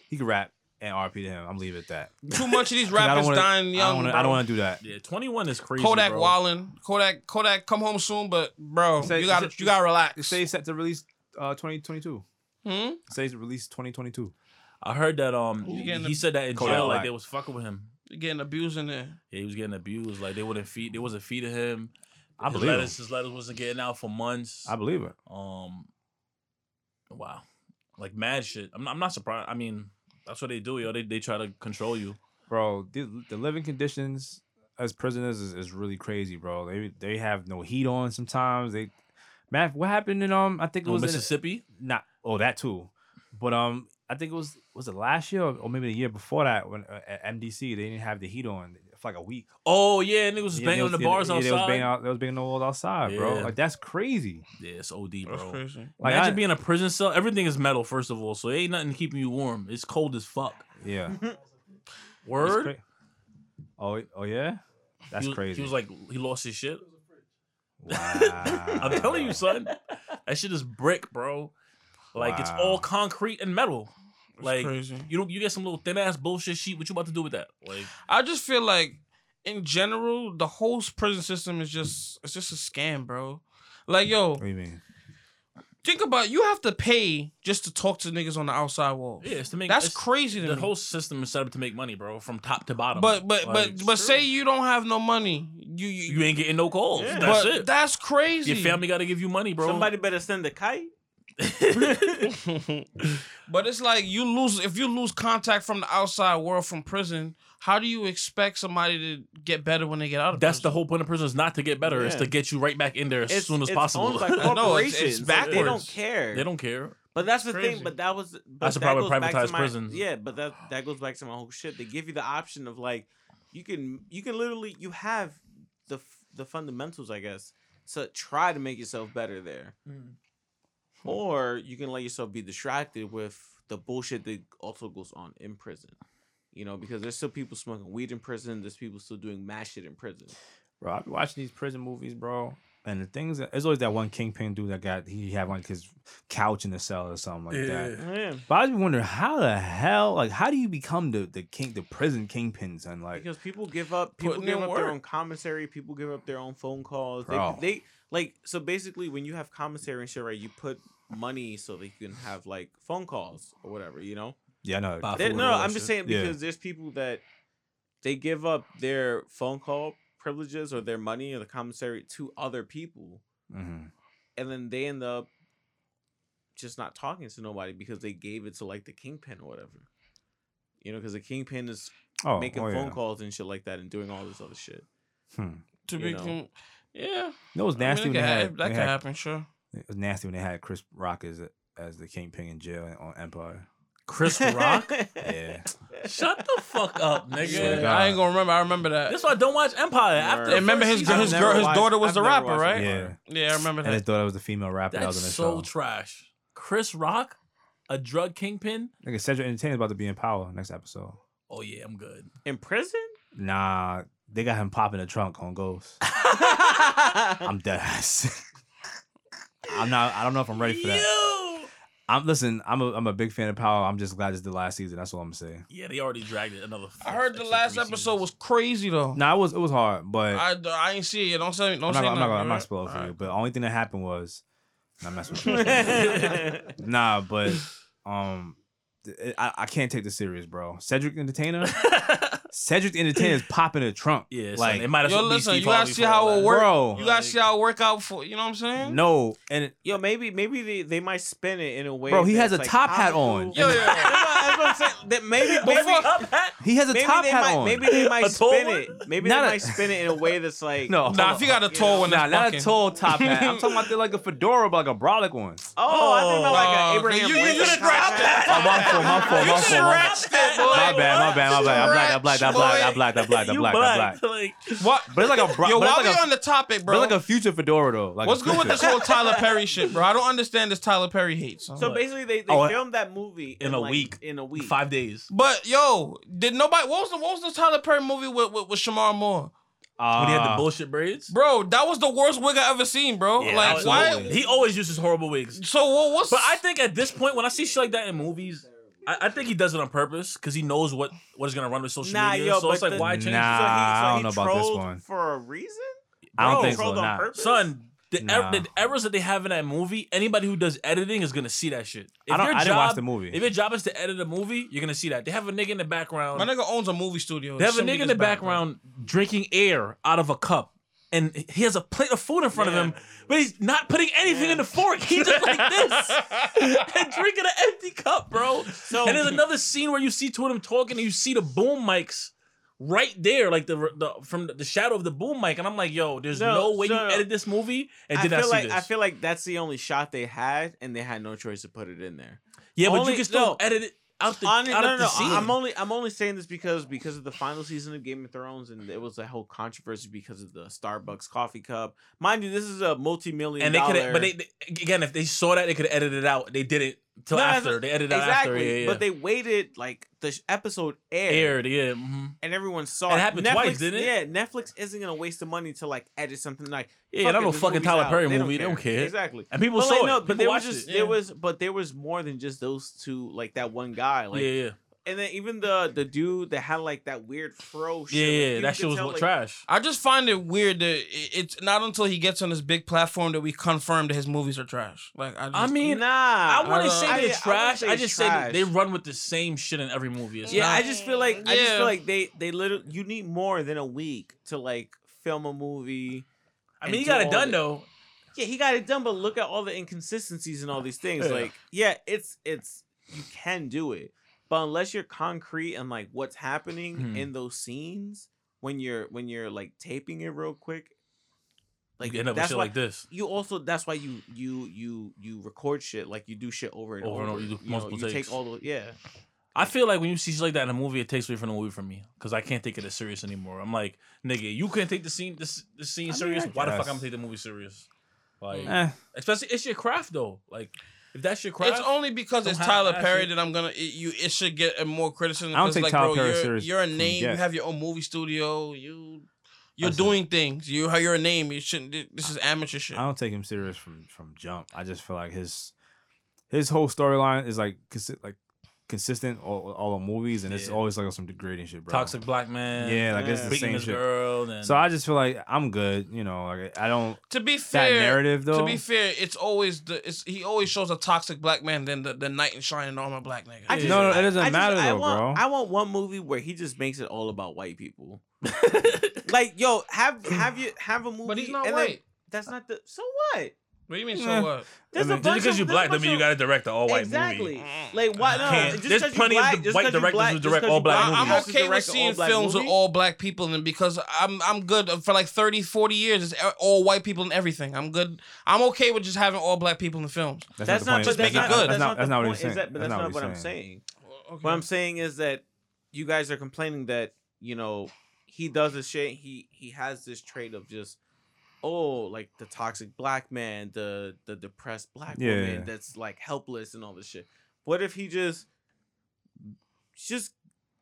he could rap and R.P. to him. I'm leaving it at that. too much of these 'Cause I rappers don't wanna, dying I don't young. wanna- bro. I don't want to do that. Yeah, 21 is crazy. Kodak bro. Wallin, Kodak Kodak, come home soon. But bro, You say- you got you to say- you got to They relax. say he's set to release uh 2022. Hmm? It says released 2022. I heard that um He he, getting he a- said that in Kodak jail like Black. they was fucking with him. You're getting abused in there. Yeah, he was getting abused. Like they wouldn't feed they wasn't feeding him. I his believe letters, it. his letters wasn't getting out for months. I believe it. um wow. like mad shit. I'm not, I'm not surprised. I mean, that's what they do, yo. They they try to control you. bro. The, the living conditions as prisoners is, is really crazy, bro. They they have no heat on sometimes. They, Matt, what happened in um? I think it Oh, was in- Mississippi. not oh that too, but um, I think it was was it last year or, or maybe the year before that when uh, at MDC they didn't have the heat on for like a week. Oh yeah, niggas was Yeah, banging they on the yeah, bars yeah, outside. They was banging, out, they was banging the walls outside, bro. Yeah. Like that's crazy. yeah, it's OD, That's bro. crazy. Like Imagine I- being in a prison cell. Everything is metal, first of all, so ain't nothing keeping you warm. It's cold as fuck. Yeah. It's Word. cra- oh oh yeah, that's he was, crazy. He was like, he lost his shit. wow. I'm telling you, son, that shit is brick, bro. Like it's Wow. all concrete and metal. That's Like, crazy. You don't, you get some little thin ass bullshit sheet. What you about to do with that? Like, I just feel like in general, the whole prison system is just it's just a scam, bro. Like yo, What do you mean? think about it, you have to pay just to talk to niggas on the outside wall. yeah, it's to make That's it's- crazy to The me. whole system is set up to make money, bro, from top to bottom. but but Like, but sure. but say you don't have no money, you you, you ain't getting no calls. Yeah. That's but it. that's crazy. Your family got to give you money, bro. Somebody better send a kite. but it's like you lose if you lose contact from the outside world from prison. How do you expect somebody to get better when they get out of That's the prison? whole point of prison is not to get better. It's Yeah. to get you right back in there as It's, soon as it's possible. Owned by I know, corporations. it's- it's Like, they don't backwards. care. they don't care. But that's the Crazy. thing. But that was but That's the that problem with goes back to privatized my- prisons. Yeah, but that that goes back to my whole shit. They give you the option of like, you can you can literally you have the f- the fundamentals, I guess, to try to make yourself better there, or you can let yourself be distracted with the bullshit that also goes on in prison. You know, because there's still people smoking weed in prison. There's people still doing mad shit in prison. Bro, I've been watching these prison movies, bro. And the things that, there's always that one kingpin dude that got he had on his couch in the cell or something like that. Yeah, But I was wondering how the hell, like, how do you become the the king, the prison kingpins, and like, because people give up people Putting give in up work. their own commissary people give up their own phone calls they, Bro. they like so basically when you have commissary and shit right you put money so that you can have like phone calls or whatever you know yeah, no, Bob. They- food no and all i'm that shit. just saying Yeah. because there's people that they give up their phone call privileges or their money or the commissary to other people Mhm. and then they end up just not talking to nobody because they gave it to like the kingpin or whatever you know because the kingpin is oh, making oh, phone yeah. calls and shit like that and doing all this other shit. Hmm. To you be, know. con- yeah, You know, it was nasty I mean, when they that could, had, hap- when that they could had- happen, sure. It was nasty when they had Chris Rock as as the kingpin in jail on Empire. Chris Rock. Yeah, Shut the fuck up, nigga. Swear to Yeah, God. I ain't gonna remember. I remember that. That's why I don't watch Empire. After the Remember first his season- his I've girl never his watched- daughter was I've the never rapper, watched right? Yeah. it. yeah. I remember And they that. thought I was the female rapper that was on That's the so show. trash. Chris Rock, a drug kingpin. Nigga, Cedric Entertainment's about to be in power next episode. Oh yeah, I'm good. In prison? Nah, they got him popping the trunk on Ghost. I'm dead ass. I'm not. I don't know if I'm ready for that. Yo! I'm listen. I'm a, I'm a big fan of Power. I'm just glad it's the last season. That's all I'm saying. Yeah, they already dragged it another. I heard the extra last three episode was seasons. crazy though. Nah, it was it was hard, but I, I ain't see it. yet. Don't say don't I'm say not, gonna- I'm not nothing, gonna I'm not right? spoil it for All you. right. But only thing that happened was, nah, I'm messing with you. That's nah, but um, th- I, I can't take this serious, bro. Cedric the Entertainer, Cedric the Entertainer is popping the trunk. yeah, like like it might as Yo, well be listen, Steve you gotta Harvey see for how all it that. work. bro, You gotta see how it work out for you know what I'm saying? no, and Yo, maybe maybe they, they might spin it in a way. Bro, he that's, has a like, top hat comical. on. Yo, Yo, yo, yo. that's what I'm saying. That maybe maybe, Before- he has a maybe top they hat might on. maybe they might A tall spin one? it. Maybe Not they a- might spin it in a way that's like no, Nah, hold if you got a you tall know. one, Nah, that's not a bucking. tall top hat. I'm talking about they're like a fedora, but like a brolic one. Oh, I think about like Oh, an you- Abraham you Lincoln just top dropped hat. Oh, my fault, my fault, You my fault. my fault. scratched it, boy. My bad, my bad, my bad. I'm black, I'm black, I'm black, I'm black, I'm black, I'm You black, I'm black. Like, What? But it's like a bro, Yo, but it's while we like a, on the topic, but bro. it's like a future fedora though. Like what's a good with this future. whole Tyler Perry shit, bro? I don't understand this Tyler Perry hate. son. So basically, they, they Oh, I- filmed that movie In a like, week. In a week, five days. but yo, did nobody? What was the what was the Tyler Perry movie with with, with Shamar Moore? Uh, when he had the bullshit braids. Bro, that was the worst wig I ever seen, bro. Yeah, like absolutely. why? He always uses horrible wigs. So what? What's But I think at this point, when I see shit like that in movies, I, I think he does it on purpose because he knows what what is gonna run with social Nah, media. yo, so it's but like, the- why change? it? So he, so Nah, I don't he know about this trolled one. for a reason. I don't Bro, think so. Trolled on Nah. purpose? son. The, Nah. er- the errors that they have in that movie, anybody who does editing is gonna see that shit. If I don't. your I didn't watch job- the movie. If your job is to edit a movie, you're gonna see that they have a nigga in the my background. nigga owns a movie studio. They have a Shouldn't be nigga in this the bad, bro. background drinking air out of a cup. and he has a plate of food in front of him, but he's not putting anything in the fork. He's just like this and drinking an empty cup, bro. So And there's another scene where you see two of them talking, and you see the boom mics right there, like the, the from the shadow of the boom mic. And I'm like, yo, there's No, no, way so- you edit this movie and I did not feel see like this. I feel like that's the only shot they had, and they had no choice to put it in there. yeah, but only- you can still no. edit it out the Honest- out no, no, of the no, scene. I'm only I'm only saying this because because of the final season of Game of Thrones, and it was a whole controversy because of the Starbucks coffee cup. Mind you, this is a multi-million and they could, dollar- have but they, they- again, if they saw that, they could have edited it out. They didn't till No, that's- after they edited it exactly. out after. Yeah, yeah. But they waited like the sh- episode aired, aired, yeah. hmm and everyone saw It it. happened Netflix, twice, didn't it? Yeah, Netflix isn't gonna waste the money to like edit something like Yeah, fuck not it, no this fucking movie's Tyler out. Perry movie. They don't care. Exactly. And people But saw like, it. no, but people there was watched just it. there was but there was more than just those two like that one guy like yeah, yeah, and then even the the dude that had like that weird fro shit yeah, like, yeah. you That could shit was tell, what like, trash. I just find it weird that i- it's not until he gets on this big platform that we confirm that his movies are trash. Like I, just, I mean, Nah, I I wouldn't don't- say I- I they're wouldn't trash. say I it's just say that they trash. run with the same shit in every movie. It's yeah, not- I just feel like I just Yeah. feel like they they literally you need more than a week to like film a movie. I mean, and you do got it all done the- though. Yeah, he got it done, but look at all the inconsistencies and all these things. Yeah. Like, yeah, it's it's you can do it, but unless you're concrete and like what's happening Hmm. in those scenes when you're when you're like taping it real quick, like Like you end up with that's shit why like this. you also that's why you you you you record shit like you do shit over and Over over. and over, you do know, multiple you takes. take all the yeah. I feel like when you see shit like that in a movie, it takes away from the movie for me because I can't take it as serious anymore. I'm like, nigga, you couldn't take the scene this the scene mean, serious. I Why the fuck guess. I'm gonna take the movie serious? Like, Mm. Eh, especially it's your craft though. Like, if that's your craft, it's only because it's Don't have Tyler to Perry actually- that I'm gonna it, you. It should get a more criticism. I don't 'cause, take like, Tyler bro, Perry you're, serious You're a from name. You guess. have your own movie studio. You you're Listen. doing things. You you're a name. You shouldn't. This is amateur shit. I don't take him serious from from jump. I just feel like his his whole storyline is like consi- like consistent all all the movies, and it's Yeah. always like on some degrading shit, bro. toxic black man. Yeah, like it's the beating same his shit. girl. And So I just feel like I'm good. You know, like I don't To be that fair, narrative though. to be fair, it's always the it's, he always shows a toxic black man than the, the knight in shining armor black nigga. I Yeah. just- No, no, it doesn't I just- matter I though, want, bro. I want one movie where he just makes it all about white people. like, yo, have have you have a movie? but he's not and then- white. that's not the. So what? What do you mean? Yeah. So what? There's mean, a just just bunch because of- you there's a black, bunch doesn't Uh, mean of- you got to direct an all white exactly. movie. Mm. Like, why no? Can't- Just there's 'cause you plenty of black, d- just white 'cause you directors black, who just direct 'cause you all black black, movies. you I'm have to okay with direct an seeing all-black films with movie? all black people in them because I'm I'm good for like 30, 40 years. It's all white people in everything. I'm good. I'm okay with just having all black people in the films. That's not. the point. But that's Make it not. good. That's not. That's the not what he's point, is saying. that- But that's not what I'm saying. What I'm saying is that you guys are complaining that you know he does this shit. He he has this trait of just oh like the toxic black man, the the depressed black Yeah. woman that's like helpless and all this shit. What if he just just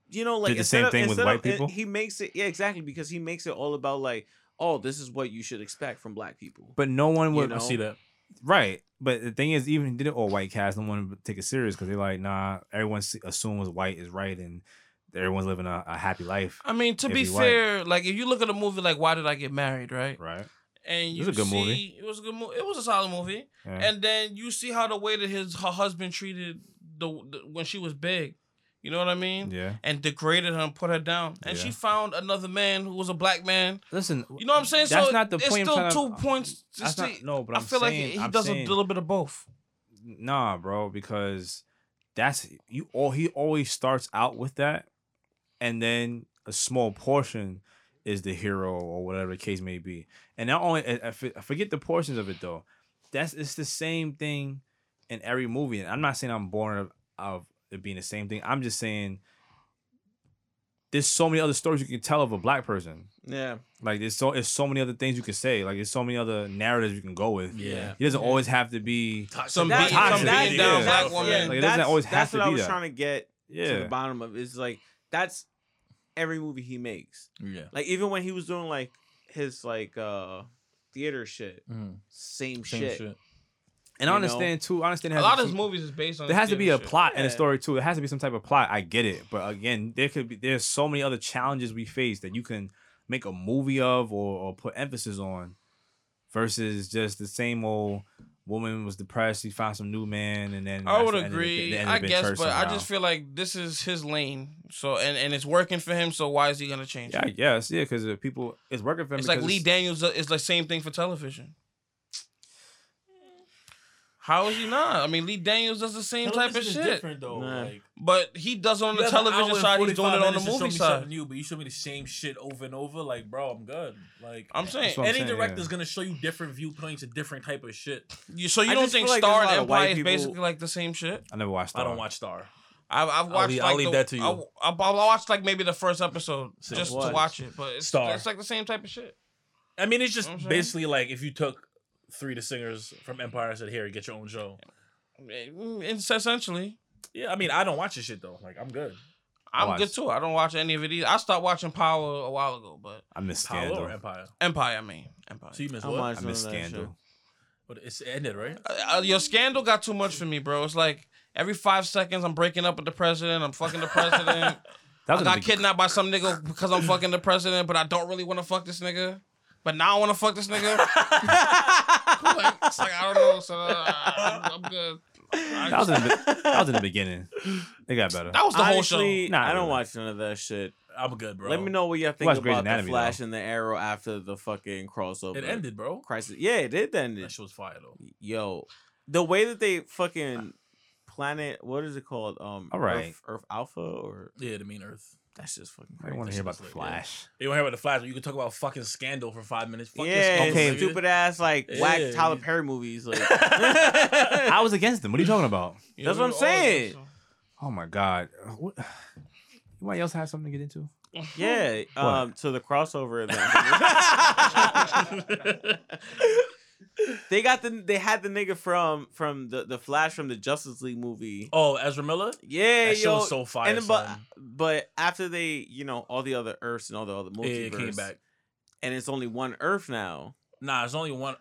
you know like Did the instead same of- thing with instead white of- it- people? He makes it yeah exactly because he makes it all about like oh this is what you should expect from black people. But no one You would know? I see that. Right. But the thing is, even if he did it all white cast, no one would take it serious because they're like, nah, everyone s- assumes white is right and everyone's living a, a happy life. I mean, to If be he white. fair, like if you look at a movie like Why Did I Get Married, right? Right. And It you was a good see, movie. It was a good movie. It was a solid movie. Yeah. And then you see how the way that his her husband treated the, the when she was big. You know what I mean? yeah. And degraded her and put her down. And she Yeah. found another man who was a black man. Listen, You know what I'm saying? That's so not the it's point I'm still trying two to- points. to that's see- not, no, but I I'm feel like saying, he I'm does saying, a little bit of both. nah, bro, because that's you all he always starts out with that, and then a small portion is the hero or whatever the case may be. And not only I, I for- I forget the portions of it though. That's it's the same thing in every movie. And I'm not saying I'm born of, of it being the same thing. I'm just saying there's so many other stories you can tell of a black person. yeah, Like there's so there's so many other things you can say. Like there's so many other narratives you can go with. Yeah. He doesn't always have to be Some That- beat, some toxic, beating yeah. down That's- black woman. yeah. Like, it doesn't always have that's to what I be was that. trying to get to the yeah. bottom of is like that's every movie he makes. Yeah. Like even when he was doing like his like uh theater shit, Mhm. Same same, shit. shit. And I you know? understand too. I understand it A has lot of some- his movies is based on. There this has to be a theater shit. plot and a Yeah. story too. It has to be some type of plot. I get it, but again, there could be there's so many other challenges we face that you can make a movie of or, or put emphasis on versus just the same old woman was depressed. She found some new man, and then I that's would the end of the- agree. the end of I the bitch guess, but person I now. just feel like this is his lane. So and, and it's working for him. So why is he gonna change? yeah, it? I guess yeah, because people it's working for him. It's like because Lee Daniels is the same thing for television. How is he not? I mean, Lee Daniels does the same type of Television shit, is Different though. Nah. Like, but he does it on you the have an hour television and side. He's doing 45 it on the minutes to show movie me something side. New, but you show me the same shit over and over. Like, bro, I'm good. Like, I'm saying, That's what I'm any saying, director's yeah. gonna show you different viewpoints and different type of shit. you, so you I don't just think feel like Star there's and a lot of white Empire is people- basically like the same shit? I never watched. uh, I don't Star. watch Star. I've, I've watched. leave- like I'll leave the- that to you. I, I, I watched like maybe the first episode So just to what? watch it, but it's, Star. it's like the same type of shit. I mean, it's just I'm saying. basically like if you took three to singers from Empire and said, "Here, get your own show." Eh, It's essentially. Yeah, I mean, I don't watch this shit though. Like, I'm good. I'm Watch. good too. I don't watch any of it either. I stopped watching Power a while ago, but I miss Power Scandal. or Empire? Empire, I mean Empire. So you missed I what? watched- I miss Some of that shit. Scandal. But it's ended, right? Uh, uh, your scandal got too much for me, bro. It's like every five seconds I'm breaking up with the president. I'm fucking the president. That I was got another- kidnapped by some nigga because I'm fucking the president, but I don't really want to fuck this nigga. But now I want to fuck this nigga. like, it's like I don't know. So uh, I'm, I'm good. I- That was, in the, that was in the beginning. It got better. that was the whole Honestly, show. Nah, I don't really. watch none of that shit. I'm good, bro. Let me know what y'all think watched Grey's about the Anatomy, Flash though. and the Arrow after the fucking crossover. It ended, bro. Crisis. Yeah, it did end. That shit was fire though. Yo, the way that they fucking planet, what is it called? Um, All right. Earth, Earth Alpha or Yeah, the Mean Earth. that's just fucking. I don't Crazy. want to hear about the Yeah. Flash. You want to hear about the Flash? but You can talk about fucking Scandal for five minutes. Fuck yeah, this Okay. okay, Scandal, stupid ass like whack Yeah. Tyler Perry movies. Like, nigga. I was against them. What are you talking about? Yeah, That's we what I'm were all saying. against it. Oh my god. What? Anybody else have something to get into? yeah, um, so the crossover event. they got the they had the nigga from from the the Flash from the Justice League movie. oh, Ezra Miller. Yeah, that shit yo, was so fire. and but son. but after they you know all the other Earths and all the other yeah, it multiverse, came back. and it's only one Earth now. Nah, it's only one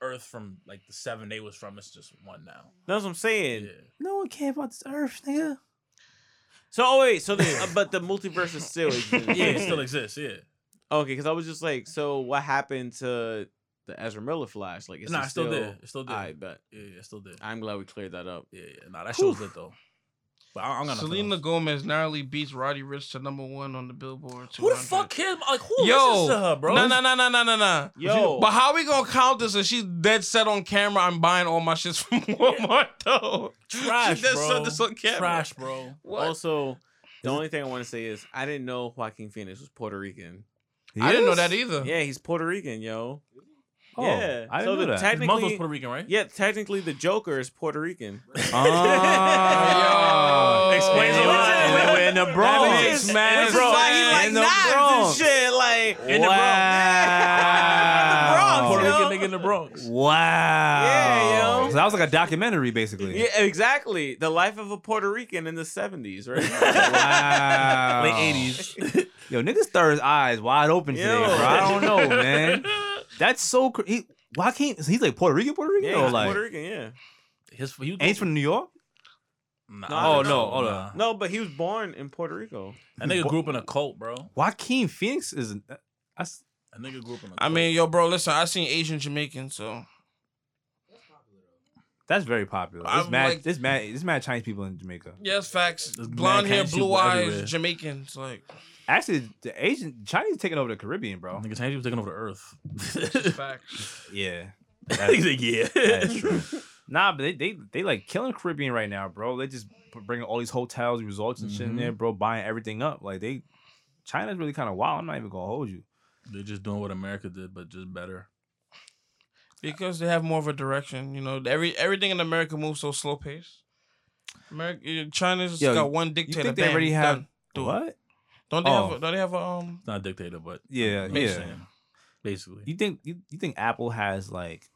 Earth from like the seven they was from. It's just one now. That's what I'm saying. Yeah. No one cared about this Earth, nigga. So oh wait, so the, uh, but the multiverse is still exists. yeah, it still exists. Yeah, okay. Because I was just like, so what happened to the Ezra Miller Flash? Like, is nah, it it's still, there. It's still there. I bet. Yeah, yeah, it's still there. I'm glad we cleared that up. Yeah, yeah. Nah, that show's Whew. lit though. But I, I'm gonna. Selena Gomez narrowly beats Roddy Rich to number one on the Billboard. 200. Who the fuck cares? Like who Yo, listens to her, bro? No, no, no, no, no, no, Oh. no. Yo, But how we gonna count this? And she's dead set on camera. I'm buying all my shits from Walmart though. Trash, she dead bro. set this on camera. Trash, bro. What? also, the only thing I want to say is I didn't know Joaquin Phoenix was Puerto Rican. I didn't know Yes? that either. Yeah, he's Puerto Rican, yo. Oh, yeah, I didn't so know the His mother that. was technically, Puerto Rican, right? yeah, technically the Joker is Puerto Rican. Ah. Yo. Explains a And lot. we're- And we're in the Bronx, Which is- man. which is Bro, why he like in the knives Bronx. and shit. Like, In the Bronx. Wow. Puerto yo. Rican nigga in the Bronx. Wow. Yeah, yo. So that was like a documentary, basically. Yeah, exactly. The life of a Puerto Rican in the seventies, right? Wow. Late eighties. Yo, niggas third his eyes wide open today, Yo. bro. I don't know, man. That's so cr- he, why can't he's like Puerto Rican, Puerto Rican, yeah, or he's like Puerto Rican. Yeah. His he, and he's from New York. Nah, Oh, nah, no, hold nah. on. No, but he was born in Puerto Rico. That nigga grew up in a cult, bro. Joaquin Phoenix is uh, that's That nigga grew up in a cult. I mean, yo, bro, listen, I seen Asian Jamaican, so that's very popular. It's I'm mad, like- it's mad, it's mad Chinese people in Jamaica. yes, facts. There's mad Blonde hair, Chinese blue people eyes, everywhere. Jamaicans, like Actually, the Asian Chinese taking over the Caribbean, bro. nigga Chinese was taking over the earth. facts. Mm-hmm. Yeah, He's like, yeah. that's true. Nah, but they, they they like killing the Caribbean right now, bro. They just b- bringing all these hotels, resorts, and Mm-hmm. shit in Mhm. there, bro. Buying everything up. Like they, China's really kind of wild. I'm not even gonna hold you. They're just doing what America did, but just better. Because they have more of a direction, you know. Every everything in America moves so slow paced. America, China's just Yo, got one dictator. think they bam, already have- done. Do it. what? Don't they Oh. have? A, don't they have a um? It's not a dictator, but Yeah, I'm yeah. just saying, basically. You think you, you think Apple has like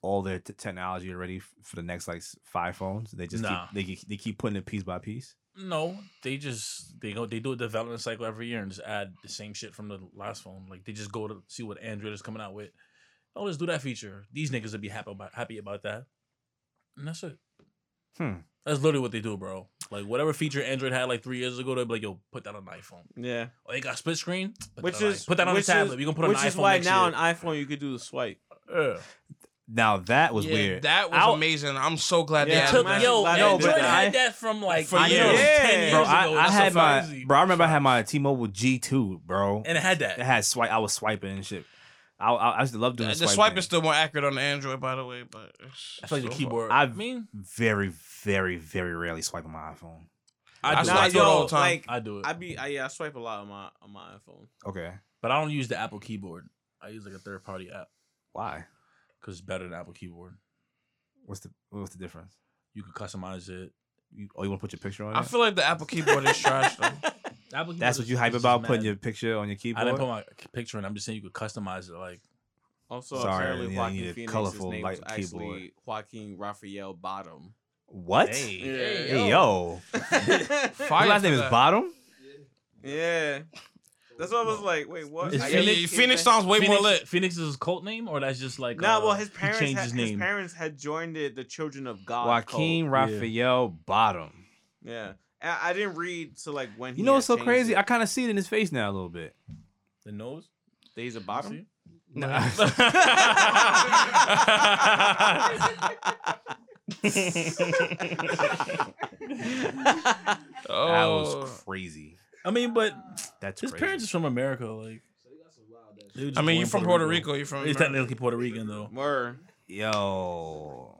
all their t- technology already f- for the next like s- five phones? They just Nah. keep, they keep- they keep putting it piece by piece. No, they just they go they do a development cycle every year and just add the same shit from the last phone. Like they just go to see what Android is coming out with. Oh, let's do that feature. These niggas would be happy about happy about that. And that's it. Hmm. That's literally what they do, bro. Like whatever feature Android had like three years ago, they'd be like, yo, put that on the iPhone. Yeah. Oh, they got split screen? Put Which that on, is put that on the which is- tablet. We're gonna put it on Which the iPhone. is why next now year. on iPhone you could do the swipe. Yeah. Now that was Yeah, weird. That was I'll- amazing. I'm so glad Yeah, it they took, I'm had yo, glad yo, they but did I that. had that from like For I years. know, Yeah. 10 years bro, ago. I, I That's had so my crazy. bro. I remember I had my T-Mobile G2, bro. and it had that. it had swipe. I was swiping and shit. I I, I used to love doing The, the, the swipe swipe thing. is still more accurate on the Android, by the way. But I feel like the keyboard. I I mean, very very very rarely swipe on my iPhone. I, I do swipe it. it all the time. Like, I do it, I be I, yeah, I swipe a lot on my on my iPhone. Okay, but I don't use the Apple keyboard. I use like a third party app why? because it's better than Apple keyboard. What's the what's the difference? You can customize it. You, oh, you want to put your picture on? I it? feel like the Apple keyboard is trash though. Apple keyboard That's what is- you hype is just about putting mad. your picture on your I keyboard. didn't put my k- picture in. I'm just saying you could customize it. Like Also, Sorry, apparently yeah, you Joaquin need a Phoenix's colorful name light was actually Joaquin Raphael Bottom. what? hey, Yeah. hey, Hey, yo. Fire Your last for name is that. Bottom? yeah, that's why I was like, wait, what? It's I Phoenix- Yeah, guess he Phoenix, came Phoenix back- sounds way Phoenix, more lit. Phoenix is his cult name, or that's just like Nah, uh, well, his he parents changed had, his his name. parents had joined it, the Children of God. Joaquin cult. Raphael Bottom. Yeah, I, I didn't read to like when. You he know had what's so changed crazy? It. I kind of see it in his face now a little bit. The nose. That He's a You bottom. see? Nah. That Oh, was crazy. I mean, but That's his crazy. parents is from America. Like, they were just I born mean, you're in from Puerto Rico. You're from He's America. technically Puerto Rican though. Word. Yo.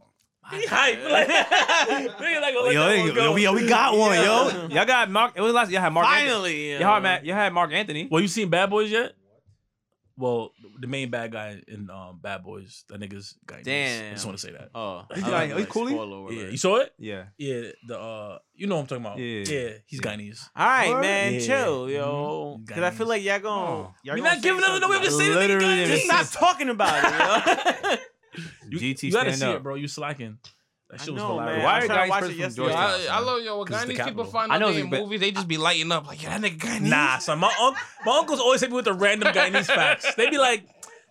He hype. Like, nigga, Oh, like, Yo, let that yo, one go. yo, yo, we got one, Yeah. yo. Y'all got Mark. It was last. Y'all had Mark. Anthony. Finally, you Y'all had, know. Ma- y'all had Mark Anthony. Well, you seen Bad Boys yet? Well, the main bad guy in um, Bad Boys, that nigga's guy. I just Damn. want to say that. Oh, He's I like- love he's that coolie? spoiler Yeah, alert. you saw it? Yeah. Yeah, the uh, you know what I'm talking about. Yeah. yeah he's Yeah. Guyanese. All right, Word? man, Yeah. chill, yo. Mhm. Because I feel like y'all gonna. Oh. Y'all We're gonna not say giving up. something No, we about haven't it. seen it. Literally Just Guyanese. stop talking about it, yo. You, GT you gotta stand see up. it, bro. You slacking. That I shit was know, hilarious. man. Why I are tried guys to watch first it from Yo, yesterday. Georgetown? I, I son? love yo. When 'Cause it's the Guyanese capital. people find I out know, they in but- movies, they just be lighting up like, yeah, that nigga Guyanese. Nah, son. My uncle, my uncles always hit me with the random Guyanese facts. They be like,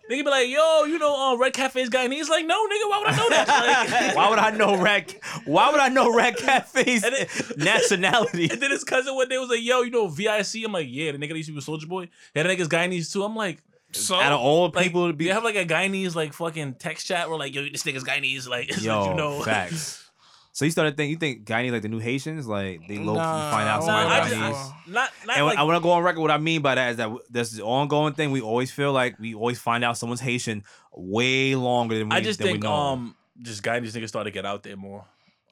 they be like, yo, you know, uh, Red Cafe's Guyanese. Like, no, nigga, why would I know that? Like, Why would I know Rat? Why would I know Rat Cafe's And it- nationality? And then his cousin one day was like, yo, you know, VIC. I'm like, yeah, the nigga that used to be with Soldier Boy. Yeah, the nigga's Guyanese too. I'm like, So Out of all like, people to do be, you have like a Guyanese like fucking text chat where like, yo, this nigga's Guyanese. Like, just yo, let you know. facts. So you started thinking you think Guyanese like the new Haitians, like they low Nah, find out I Nah, I somebody Guyanese. just, Guyanese. I- not, not And like, I want to go on record. What I mean by that is that w- this is an ongoing thing. We always feel like we always find out someone's Haitian way longer than we. I just than we think know. um just Guyanese niggas started to get out there more.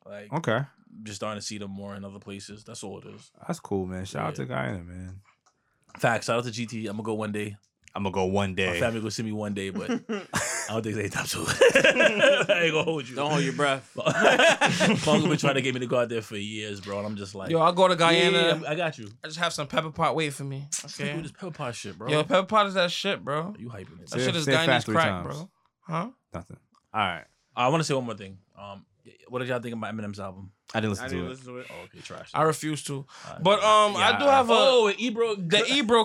Like Okay, just starting to see them more in other places. That's all it is. that's cool, man. Shout out to Guyana, man. Facts. Shout out to GT. I'm gonna go one day. I'm gonna go one My day. family gonna see me one day, but I don't think they top two. I ain't gonna hold you. Don't hold your breath. Fungo been trying to get me to go out there for years, bro, and I'm just like, yo, I go to yeah, Guyana. yeah, yeah, I got you. I just have some pepper pot waiting for me. Okay. Okay. Do this pepper pot shit, bro. Yo, pepper pot is that shit, bro. you hyping it? That Say- shit is say it fast Guyanese three crack, times. bro. Huh? Nothing. All right, I want to say one more thing. Um, what did y'all think about Eminem's album? I didn't listen I to didn't it. listen to it. Oh, okay, trash. I refuse to. All right. But um, I do Yeah. have a oh, and Ebro, the Ebro Ebro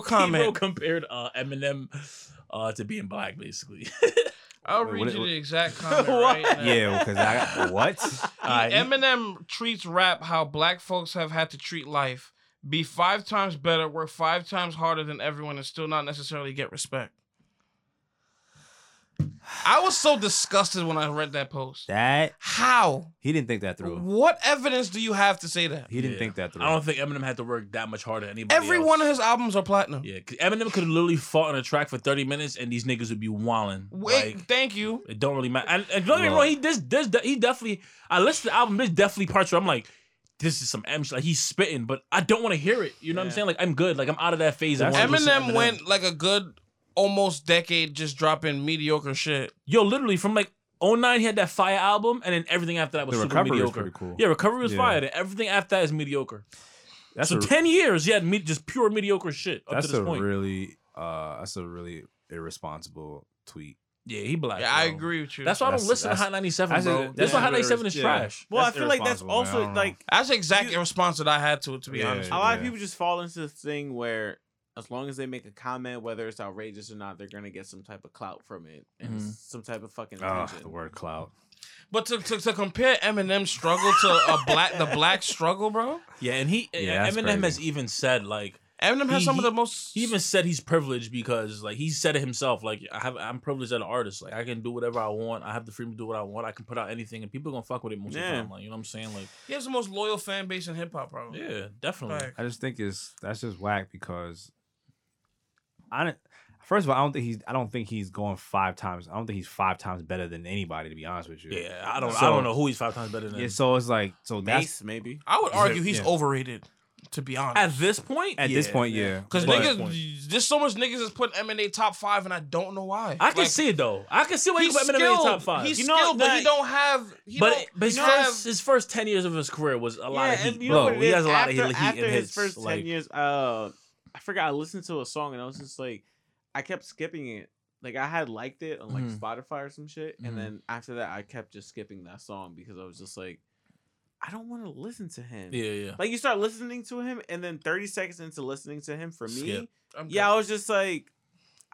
comment. compared uh, Eminem uh, to being black, basically. I'll Wait, read what- you what- the exact comment What? right now. Yeah, because I what? Alright. Eminem treats rap how black folks have had to treat life. Be five times better, work five times harder than everyone, and still not necessarily get respect. I was so disgusted when I read that post. That How? he didn't think that through. What evidence do you have to say that? He didn't Yeah. think that through. I don't think Eminem had to work that much harder than anybody. Every else. one of his albums are platinum. Yeah, 'cause Eminem could have literally fought on a track for 30 minutes and these niggas would be wilding. Wait, Like, thank you. it don't really matter. And, and don't get me Look. wrong, he this this he definitely I listened to the album, there's definitely parts where I'm like, this is some M shit. Like he's spitting, but I don't want to hear it. You know what I'm Yeah. saying? Like I'm good. Like I'm out of that phase of That's- wanting to listen to Eminem went like a good almost decade just dropping mediocre shit. Yo, literally from like 09 he had that fire album and then everything after that was the super recovery was mediocre. pretty cool. Yeah, recovery was Yeah. fire. Then everything after that is mediocre. that's so a, ten years he had me- just pure mediocre shit up that's to this a point. really uh that's a really irresponsible tweet. yeah, he black. Yeah, I bro. agree with you. That's why I don't That's- listen to that's- Hot 97, that's- bro. that's that's why Hot really- 97 is yeah. trash. Well, That's I feel like that's irresponsible, man. I also don't know. like That's the exact You- response that I had to it, to be Yeah. honest. a lot of Yeah. people just fall into this thing where as long as they make a comment, whether it's outrageous or not, they're gonna get some type of clout from it and Mhm. some type of fucking Ah, attention. the word cloud. But to, to, to compare Eminem's struggle to a black the black struggle, bro. Yeah, and he Yeah, and that's Eminem crazy. has even said like Eminem has He- some of he- the most He even said he's privileged because like he said it himself. Like I have, I'm privileged as an artist. Like I can do whatever I want. I have the freedom to do what I want. I can put out anything, and people gonna fuck with it most of the Yeah. time. Like you know what I'm saying? Like he has the most loyal fan base in hip hop, probably. yeah, definitely. Like, I just think it's that's just whack because I don't. First of all, I don't think he's. I don't think he's going five times. I don't think he's five times better than anybody. To be honest with you. Yeah, I don't. I So- don't know who he's five times better than. Yeah, so it's like so that's Mace, maybe. I would argue he's Yeah. overrated, to be honest. At this point, at this yeah. point, yeah. Because But- niggas, there's so much niggas that's putting Eminem top five, and I don't know why. I can Like, see it though. I can see why you he's put Eminem in the skilled. top five. He's You know skilled, but that- he don't have. He but don't, but his he first don't have, his first ten years of his career was a lot of and heat. you know bro, what it he is? has a lot after, of heat after in his, first like, ten years. Uh, I forgot. I listened to a song and I was just like, I kept skipping it. Like I had liked it on like Mhm. Spotify or some shit, Mhm. and then after that, I kept just skipping that song because I was just like, I don't want to listen to him. Yeah, yeah. Like you start listening to him, and then thirty seconds into listening to him, for me, Skip. I'm yeah, I was just like,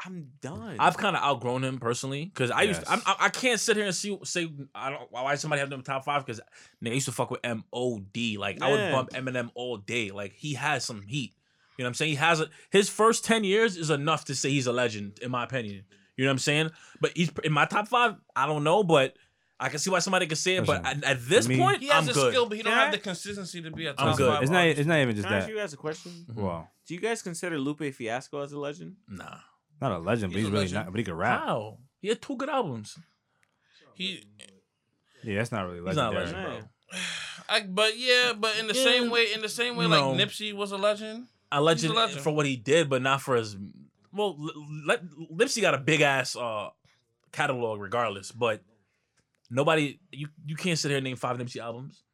I'm done. I've kind of outgrown him personally because I used Yes. I'm, I I can't sit here and see say I don't why somebody have them in the top five because nigga I used to fuck with M O D like I would Yeah. bump Eminem all day like he has some heat you know what I'm saying he has a, his first ten years is enough to say he's a legend in my opinion you know what I'm saying but he's in my top five I don't know but I can see why somebody could say it but Listen, at, at this me- point He has I'm the good skill, but he don't Yeah. have the consistency to be a top I'm good. five. It's not. artist. It's not even just Can I ask that. you guys a question? Well, Do you guys consider Lupe Fiasco as a legend? nah not a legend, but he's, He's a really legend. not. But he could rap. how he had two good albums He- Yeah, that's not really he's not a legendary. legend bro Yeah. I, but yeah, but in the Yeah. same way, in the same way, No. like Nipsey was a legend. a legend, legend. eh, for what he did, but not for his. Well, L- L- Lipsy got a big ass uh, catalog, regardless. But nobody, you you can't sit here and name five Nipsey albums.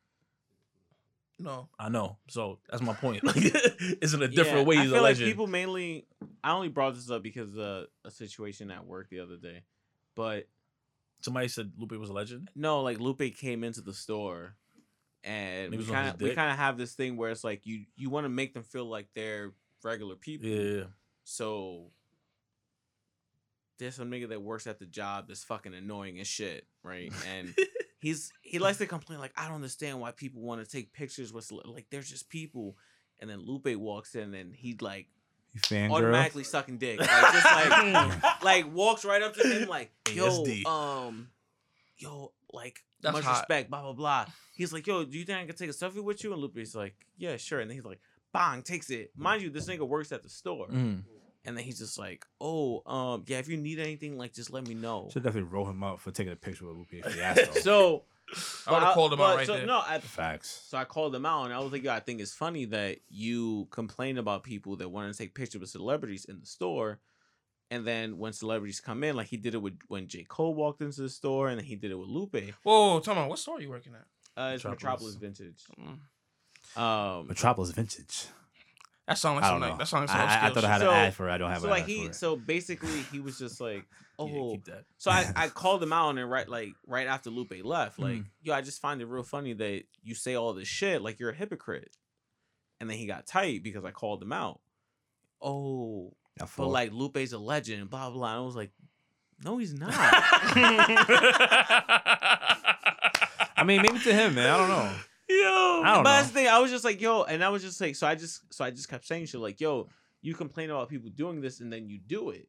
No, I know, so that's my point. Like, it's in a different way. I He's feel a like legend. people mainly. I only brought this up because of a situation at work the other day, but Somebody said Lupe was a legend. no, like Lupe came into the store, And and he we was on his kind of we dick. kind of have this thing where it's like you you want to make them feel like they're regular people, Yeah, so. There's some nigga that works at the job that's fucking annoying as shit, right? And he's he likes to complain like I don't understand why people want to take pictures with cele- like they're just people. And then Lupe walks in and he like You fangirl. automatically sucking dick. Like, just like, like walks right up to him, like, yo, ASD. um, yo, like, That's much hot. respect, blah, blah, blah. He's like, yo, do you think I could take a selfie with you? And Lupe's like, yeah, sure. And then he's like, bang, takes it. Mind you, this nigga works at the store. Mm. And then he's just like, oh, um, yeah, if you need anything, like, just let me know. Should definitely roll him up for taking a picture with Lupe Fiasco. So, I would but have called him but- out right so, there. No, I, Facts. so I called them out, and I was like, "Yo, I think it's funny that you complain about people that want to take pictures with celebrities in the store, and then when celebrities come in, like he did it with when J Cole walked into the store, and then he did it with Lupe. Whoa, tell me, what store you working at? Uh, it's Metropolis. Metropolis Vintage. Mm. Um, Metropolis Vintage. That sounds like I don't something. know. Like, that sounds like some I, I, I upscale thought I had So- an ad for it. I don't have so an like ad for he, it. so basically he was just like, oh, yeah, keep that. So I, I called him out and right like right after Lupe left, like, yo, I just find it real funny that you say all this shit, like you're a hypocrite. And then he got tight because I called him out. Oh, I but full- like Lupe's a legend, blah blah. And I was like, no, he's not. I mean, maybe to him, man. I don't know. Yo, I don't but know. that's the thing. I was just like, yo, and I was just like, so I just so I just kept saying shit like, yo, you complain about people doing this and then you do it.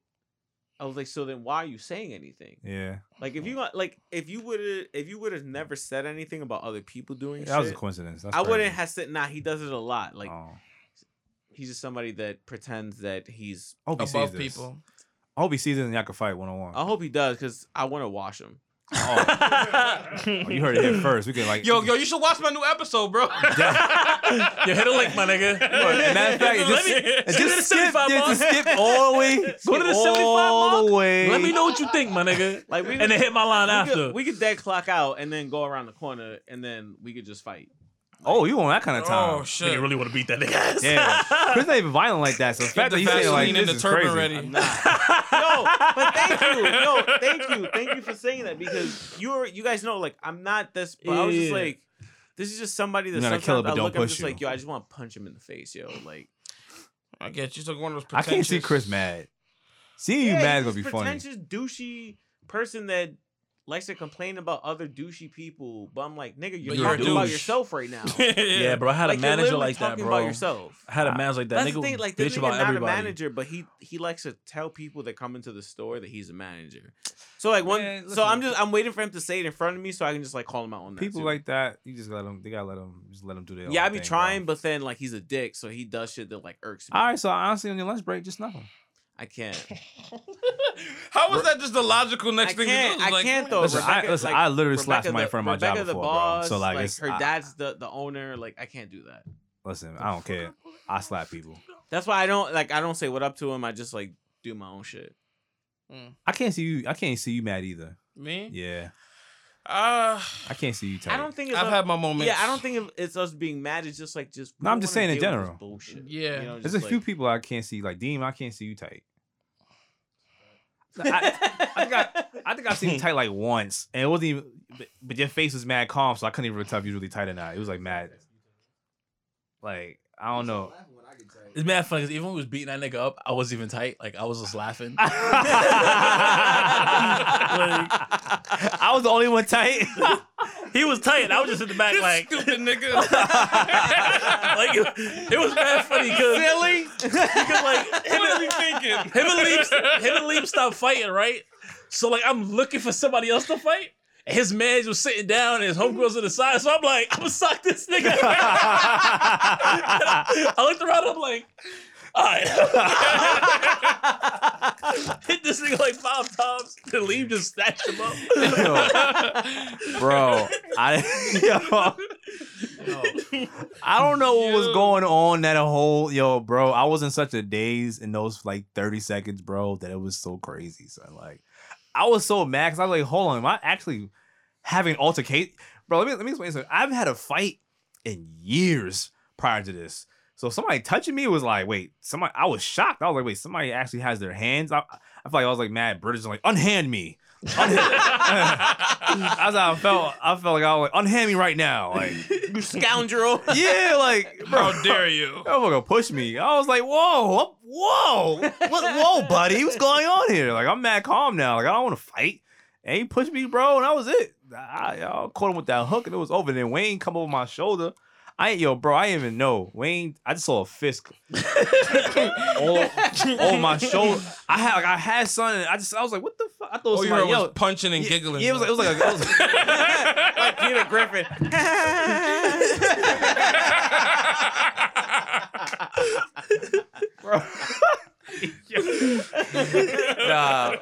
I was like, so then why are you saying anything? Yeah, Like if you got- like if you would have if you would have never said anything about other people doing that was a shit, coincidence. That's I wouldn't crazy. have said nah, he does it a lot. Like oh. he's just somebody that pretends that he's I hope he above sees this. people. I hope he sees this and y'all can fight one on one. I hope he does because I want to wash him. Oh, you heard it here first. We can like Yo, yo, you should watch my new episode, bro. you hit a link, my nigga. matter of fact, let just- me and give it a Just skip, 75 mark. just skip all the way. Go to the skip 75 all mark. the way. Let me know what you think, my nigga. Like we And then hit my line we after. Could, we could dead clock out and then go around the corner and then we could just fight. Oh, you want that kind of time? oh Nigga shit! really want to beat that nigga. ass. Yeah, Chris not even violent like that. So the fact the that you saying like Vaseline this and the is turban crazy. ready. I'm not. no, but thank you. No, thank you. Thank you for saying that because you're you guys know like I'm not this but I was just Yeah. like this is just somebody You're that gonna sometimes kill it, but I don't look I'm push just you. like, yo, I just want to punch him in the face, yo. Like I get you. Took one of those. I can't see pretentious- Chris mad. Seeing you yeah, mad he's is gonna this be funny. pretentious douchey person that likes to complain about other douchey people, but I'm like, nigga, you're But you're a talking about douche. yourself right now. Yeah, bro. I had a you're manager literally like that, talking bro. About yourself. I had a manager like that. That's nigga the thing. would Like, bitch this nigga about not everybody. a manager, but he he likes to tell people that come into the store that he's a manager. So like one, Man, so listen. I'm just I'm waiting for him to say it in front of me so I can just like call him out on that. People too. like that, you just let them. They gotta let them. Just let them do their. yeah, own I be thing, bro. trying, but then like he's a dick, so he does shit that like irks me. All right, so honestly, on your lunch break, just snuff them. I can't. How is that just the logical next I thing can't- to do? I can't, though, Listen, I, Rebecca- listen, like, I literally slapped Rebecca my the- friend my job Rebecca the before, boss, bro. So like, it's, her I- dad's the the owner. Like I can't do that. listen, I don't care. I slap people. That's why I don't like I don't say what up to him. I just like do my own shit. Mm. I can't see you. I can't see you mad either. Me? Yeah, Uh, I can't see you. Tight. I don't think it's I've up- had my moments. Yeah, I don't think it's us being mad. It's just like just. we No, I'm don't just wanna saying in deal with this general. Bullshit. Yeah. There's just a few like- people I can't see. Like Deem, I can't see you tight. I, I think I- I think I've seen you tight like once, and it wasn't even. But, but your face was mad calm, so I couldn't even tell if you was really tight or not. It was like mad. Like I don't know. It's mad funny 'cause even when we was beating that nigga up, I wasn't even tight. Like I was just laughing. I was the only one tight. he was tight. I was just in the back, This like, stupid nigga. like it, it was mad funny because Really? like him what are and, you thinking? him and Leap, him and Leap stopped fighting, right? So like I'm looking for somebody else to fight. And his man was sitting down and his homegirls on the side. So I'm like, I'm gonna sock this nigga. I looked around. I'm like, all right. Hit this nigga like five times. The leave just snatched him up. Bro, I yo, I don't know what was Yo. going on that whole yo, bro. I was in such a daze in those like 30 seconds, bro, that it was so crazy. So like I was so mad 'cause I was like, hold on, am I actually having altercation? Bro, let me let me explain something. I haven't had a fight in years prior to this. So if somebody touching me was like, wait, somebody I was shocked. I was like, wait, somebody actually has their hands. I, I feel like I was like mad British like, unhand me. That's how I felt. I felt like I was like, unhand me right now. Like, You scoundrel. yeah, like, bro, How dare you? that motherfucker pushed me. I was like, whoa, I'm- whoa, what, whoa, buddy, what's going on here? Like, I'm mad calm now. Like, I don't want to fight. And he pushed me, bro, and that was it. I, I caught him with that hook, and it was over. Then Wayne come over my shoulder. I ain't yo, bro. I didn't even know Wayne. I just saw a fist all, on my shoulder. I had, like, I had something. I just, I was like, what the fuck? I thought Oh, you somebody heard yo, was punching and yeah, giggling. Yeah, it was like, it was like, a, it was like Peter Griffin. nah,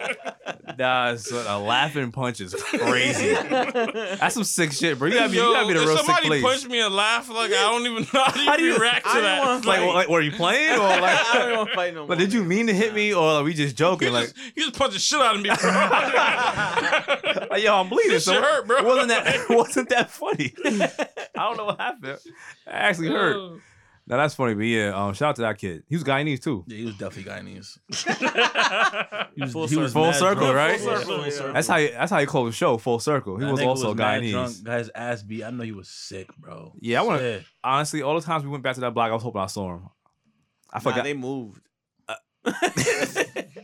nah, so a laughing punch is crazy. That's some sick shit, bro. You gotta be, Yo, you gotta be the if real sick somebody place. punched me and laugh like I don't even know how do you react to I don't that. wanna- It's like, Like- like, were you playing or like, I don't even want to fight no more. like, did you mean to hit me or like, we just joking? You Like, just, you just punched the shit out of me, bro. like, yo, I'm bleeding. This So shit hurt, bro. it wasn't that it wasn't that funny? I don't know what happened. I actually hurt. Now that's funny, but yeah, um, shout out to that kid. He was Guyanese too. Yeah, he was definitely Guyanese. he was, Full he was circle. Full mad circle, drunk. right? Full circle, Yeah. yeah. That's That's how you, that's how you close the show. Full circle. He That was nigga also mad Guyanese. drunk, Got his ass beat. I know he was sick, bro. Yeah, I wanna- Sick. Honestly, all the times we went back to that block, I was hoping I saw him. I Nah, forgot. they moved.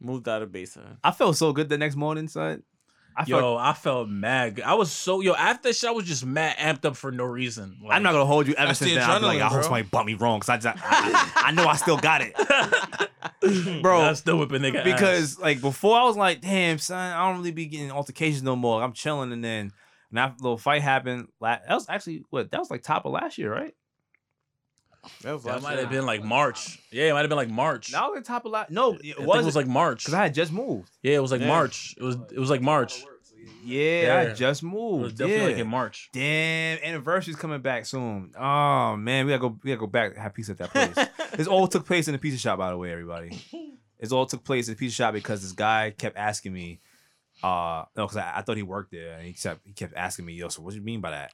moved out of base. huh? I felt so good the next morning, son. I felt. Yo, I felt mad. I was so yo after that shit, I was just mad, amped up for no reason. Like, I'm not gonna hold you ever That's since the then. I'm like, adrenaline, I bro. hope somebody bumped me wrong because I just, I, I know I still got it, bro. I bro. still whipping nigga ass. Because like before, I was like, damn, son, I don't really be getting altercations no more. I'm chilling, and then and that little fight happened. la- That was actually what that was like top of last year, right? that might have been like March. Yeah, it might have been like March. That was the top of last. No, I it think was it was like March. because I had just moved. yeah, it was like Yeah. March. It was it was like March. Yeah, I Yeah. had just It moved. was definitely yeah. like in March. Damn, anniversary's coming back soon. Oh man, we gotta go. We gotta go back and have pizza at that place. this all took place in the pizza shop, by the way, everybody. This all took place in the pizza shop because this guy kept asking me, uh, no, because I, I thought he worked there, and he kept he kept asking me, yo, so what do you mean by that?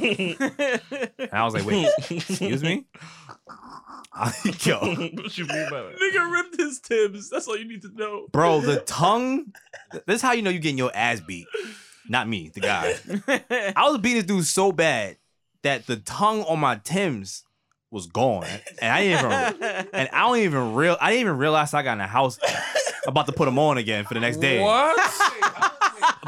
And I was like, wait, excuse me. I- yo, what you mean by that? Nigga ripped his Timbs. That's all you need to know. bro, the tongue. This is how you know you're getting your ass beat. Not me, the guy. I was beating this dude so bad that the tongue on my Tim's was gone, and I didn't even. And I don't even real. I didn't even realize I got in the house about to put them on again for the next day. What?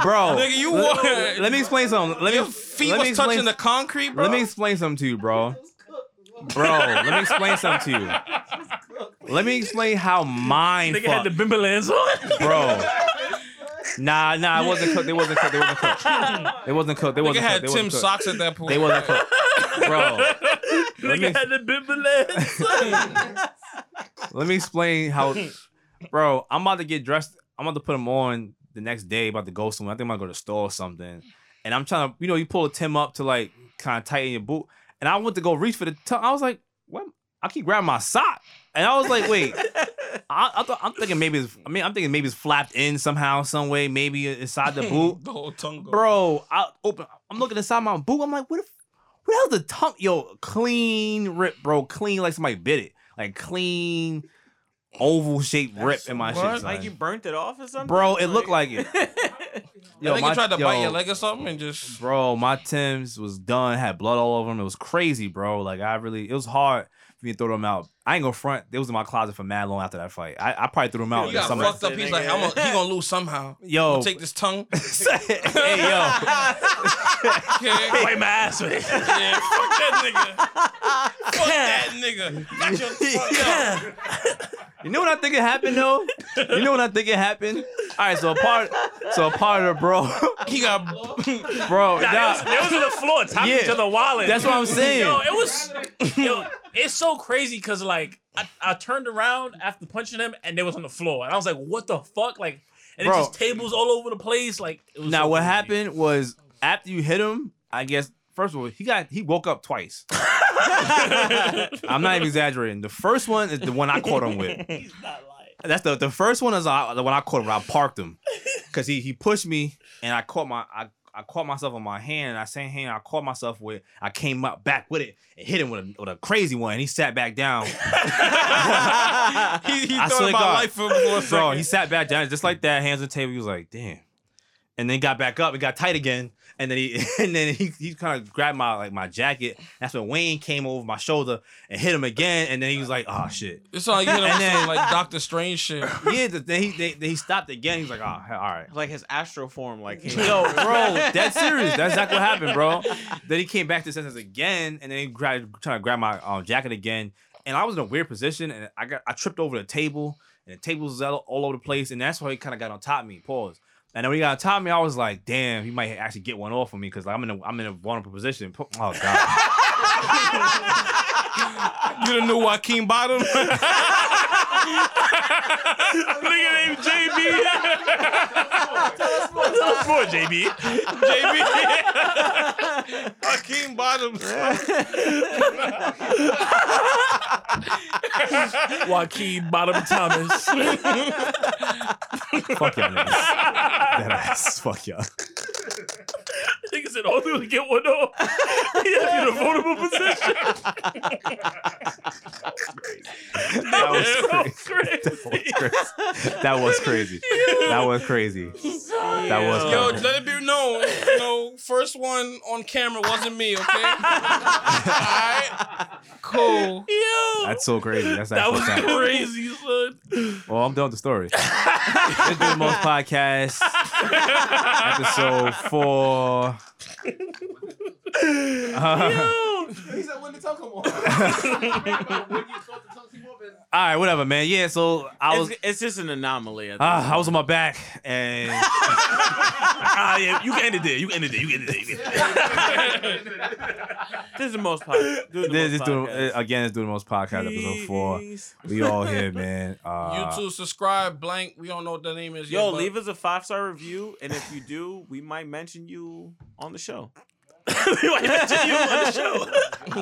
bro. Nigga, you let, wa- let me explain something. Let me Your feet let was me touching explain, the concrete, bro. Let me explain something to you, bro. Those cooked- Bro, let me explain something to you. Those cooked. Let me explain how mine Nigga had fucked, the bimbalands on. bro. Nah, nah, it wasn't cooked. It wasn't cooked. It wasn't cooked. It wasn't cooked. It Nigga wasn't had cooked. It wasn't Tim cooked. socks at that point. They wasn't cooked, bro. Nigga me- had the bimbalands. Let me explain how, bro. I'm about to get dressed. I'm about to put them on the next day. About to go somewhere. I think I'm gonna go to the store or something. And I'm trying to, you know, you pull a Tim up to like kind of tighten your boot. And I went to go reach for the. T- I was like, what? I keep grabbing my sock, and I was like, wait. I, I thought, I'm thinking maybe. It's, I mean, I'm thinking maybe it's flapped in somehow, some way. Maybe inside the boot. the whole tongue, go. bro. I open. I'm looking inside my boot. I'm like, what? If, what the hell's the tongue? Yo, clean rip, bro. Clean like somebody bit it. Like clean oval shaped rip in my what? shit. Like you son. burnt it off or something? Bro, it looked like it. Yo, nigga my- tried to bite yo, your leg or something and just. Bro, my Tim's was done. Had blood all over them. It was crazy, bro. Like I really, it was hard for me to throw them out. I ain't gonna front. They was in my closet for mad long after that fight. I, I probably threw them out. He in got summer. fucked up. He's like, I'm gonna, he gonna lose somehow. I'm Yo, gonna take this tongue. hey yo, Yeah, Wipe my ass with it. yeah, fuck that nigga. Fuck that nigga. Got your fuck up. You know what I think it happened though. You know what I think it happened. All right, so a part, so a part of the bro, He got. bro. Nah, They, nah, was, they was on the floor, tapping Yeah. each other wallet. that's what I'm saying. Yo, it was. Yo, it's so crazy because like I, I turned around after punching him and they was on the floor and I was like, what the fuck, like. And Bro. it's just tables all over the place. Like it was now so what crazy. happened was after you hit him, I guess first of all he got he woke up twice. I'm not even exaggerating. The first one is the one I caught him with. He's not lying. That's the the first one is I, the one I caught him. I parked him because he he pushed me and I caught my I. I caught myself on my hand, and I same hand I caught myself with. I came up back with it and hit him with a, with a crazy one, and he sat back down. He, he I thought swear to about God. life for, for a Bro, second. he sat back down just like that, hands on the table. He was like, damn. And then got back up. It got tight again. And then he and then he, he kind of grabbed my like my jacket. That's when Wayne came over my shoulder and hit him again. And then he was like, oh shit. It's all you know, And then- some, like Doctor Strange shit. Yeah, th- then he they, he stopped again. He was like, oh, hell, all right. like his astral form, like came Yo, out. bro, that's serious. That's exactly what happened, bro. Then he came back to his senses again, and then he grabbed, trying to grab my um, jacket again. And I was in a weird position, and I got I tripped over the table, and the table was all, all over the place, and that's why he kind of got on top of me. Pause. And then when he got on top of me, I was like, "Damn, he might actually get one off of me because I'm in a I'm in a vulnerable position." Po- Oh god, You the new Joaquin Bottom? Nigga named JB. Tell us more, JB. JB. Hakeem Bottoms. Joaquin Bottom Thomas. fuck y'all niggas, that ass, fuck y'all. Nigga said, "Oh, dude, get one off." He had you in a vulnerable position. That was crazy. crazy. That was crazy. That was crazy. That was Yo, crazy. let it be known. You know, first one on camera wasn't me, okay? Alright. Cool. Yo, That's so crazy. That's that actually was sad. crazy, son. Well, I'm done with the story. this is the most podcast episode four. Uh, Yo, He said when the tongue come off. when you thought the tongue came off, and all right, whatever, man. Yeah, so I was it's, it's just an anomaly. ah, I was on my back and ah, yeah, you can end it there. You can end it there. You can end it there. You can end it there. this is the most popular. this is doing again. It's doing the most podcast episode four. We all here, man. Uh, YouTube subscribe, blank. We don't know what the name is. Yo, yet, but leave us a five star review, and if you do, we might mention you on the show. We might mention you on the show.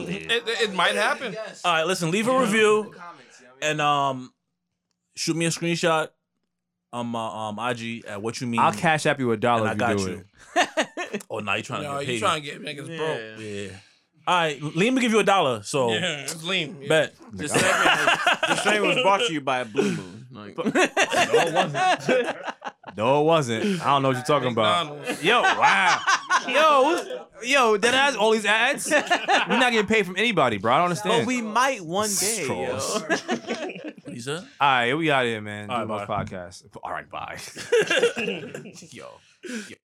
It, it, it might happen. Yes. All right, listen, leave a review Comments, you know what I mean? and um, shoot me a screenshot. Um, uh, um, IG at what you mean. I'll cash app you a dollar and I if you got do you. it. oh, now you trying No, to get paid? you trying to get niggas broke. yeah. All right, Liam will give you a dollar. So Yeah, it's lean. Yeah. bet. This segment, has, this segment was brought to you by Blue Moon. Like, No, it wasn't. I don't know what you're talking about. McDonald's. Yo, wow. Yo, what's- yo, that has all these ads. We're not getting paid from anybody, bro. I don't understand. but we might one day. Yo. Trolls. What he said? All right, we out of here, man. All All right, right, most podcast. All right, bye. Yo.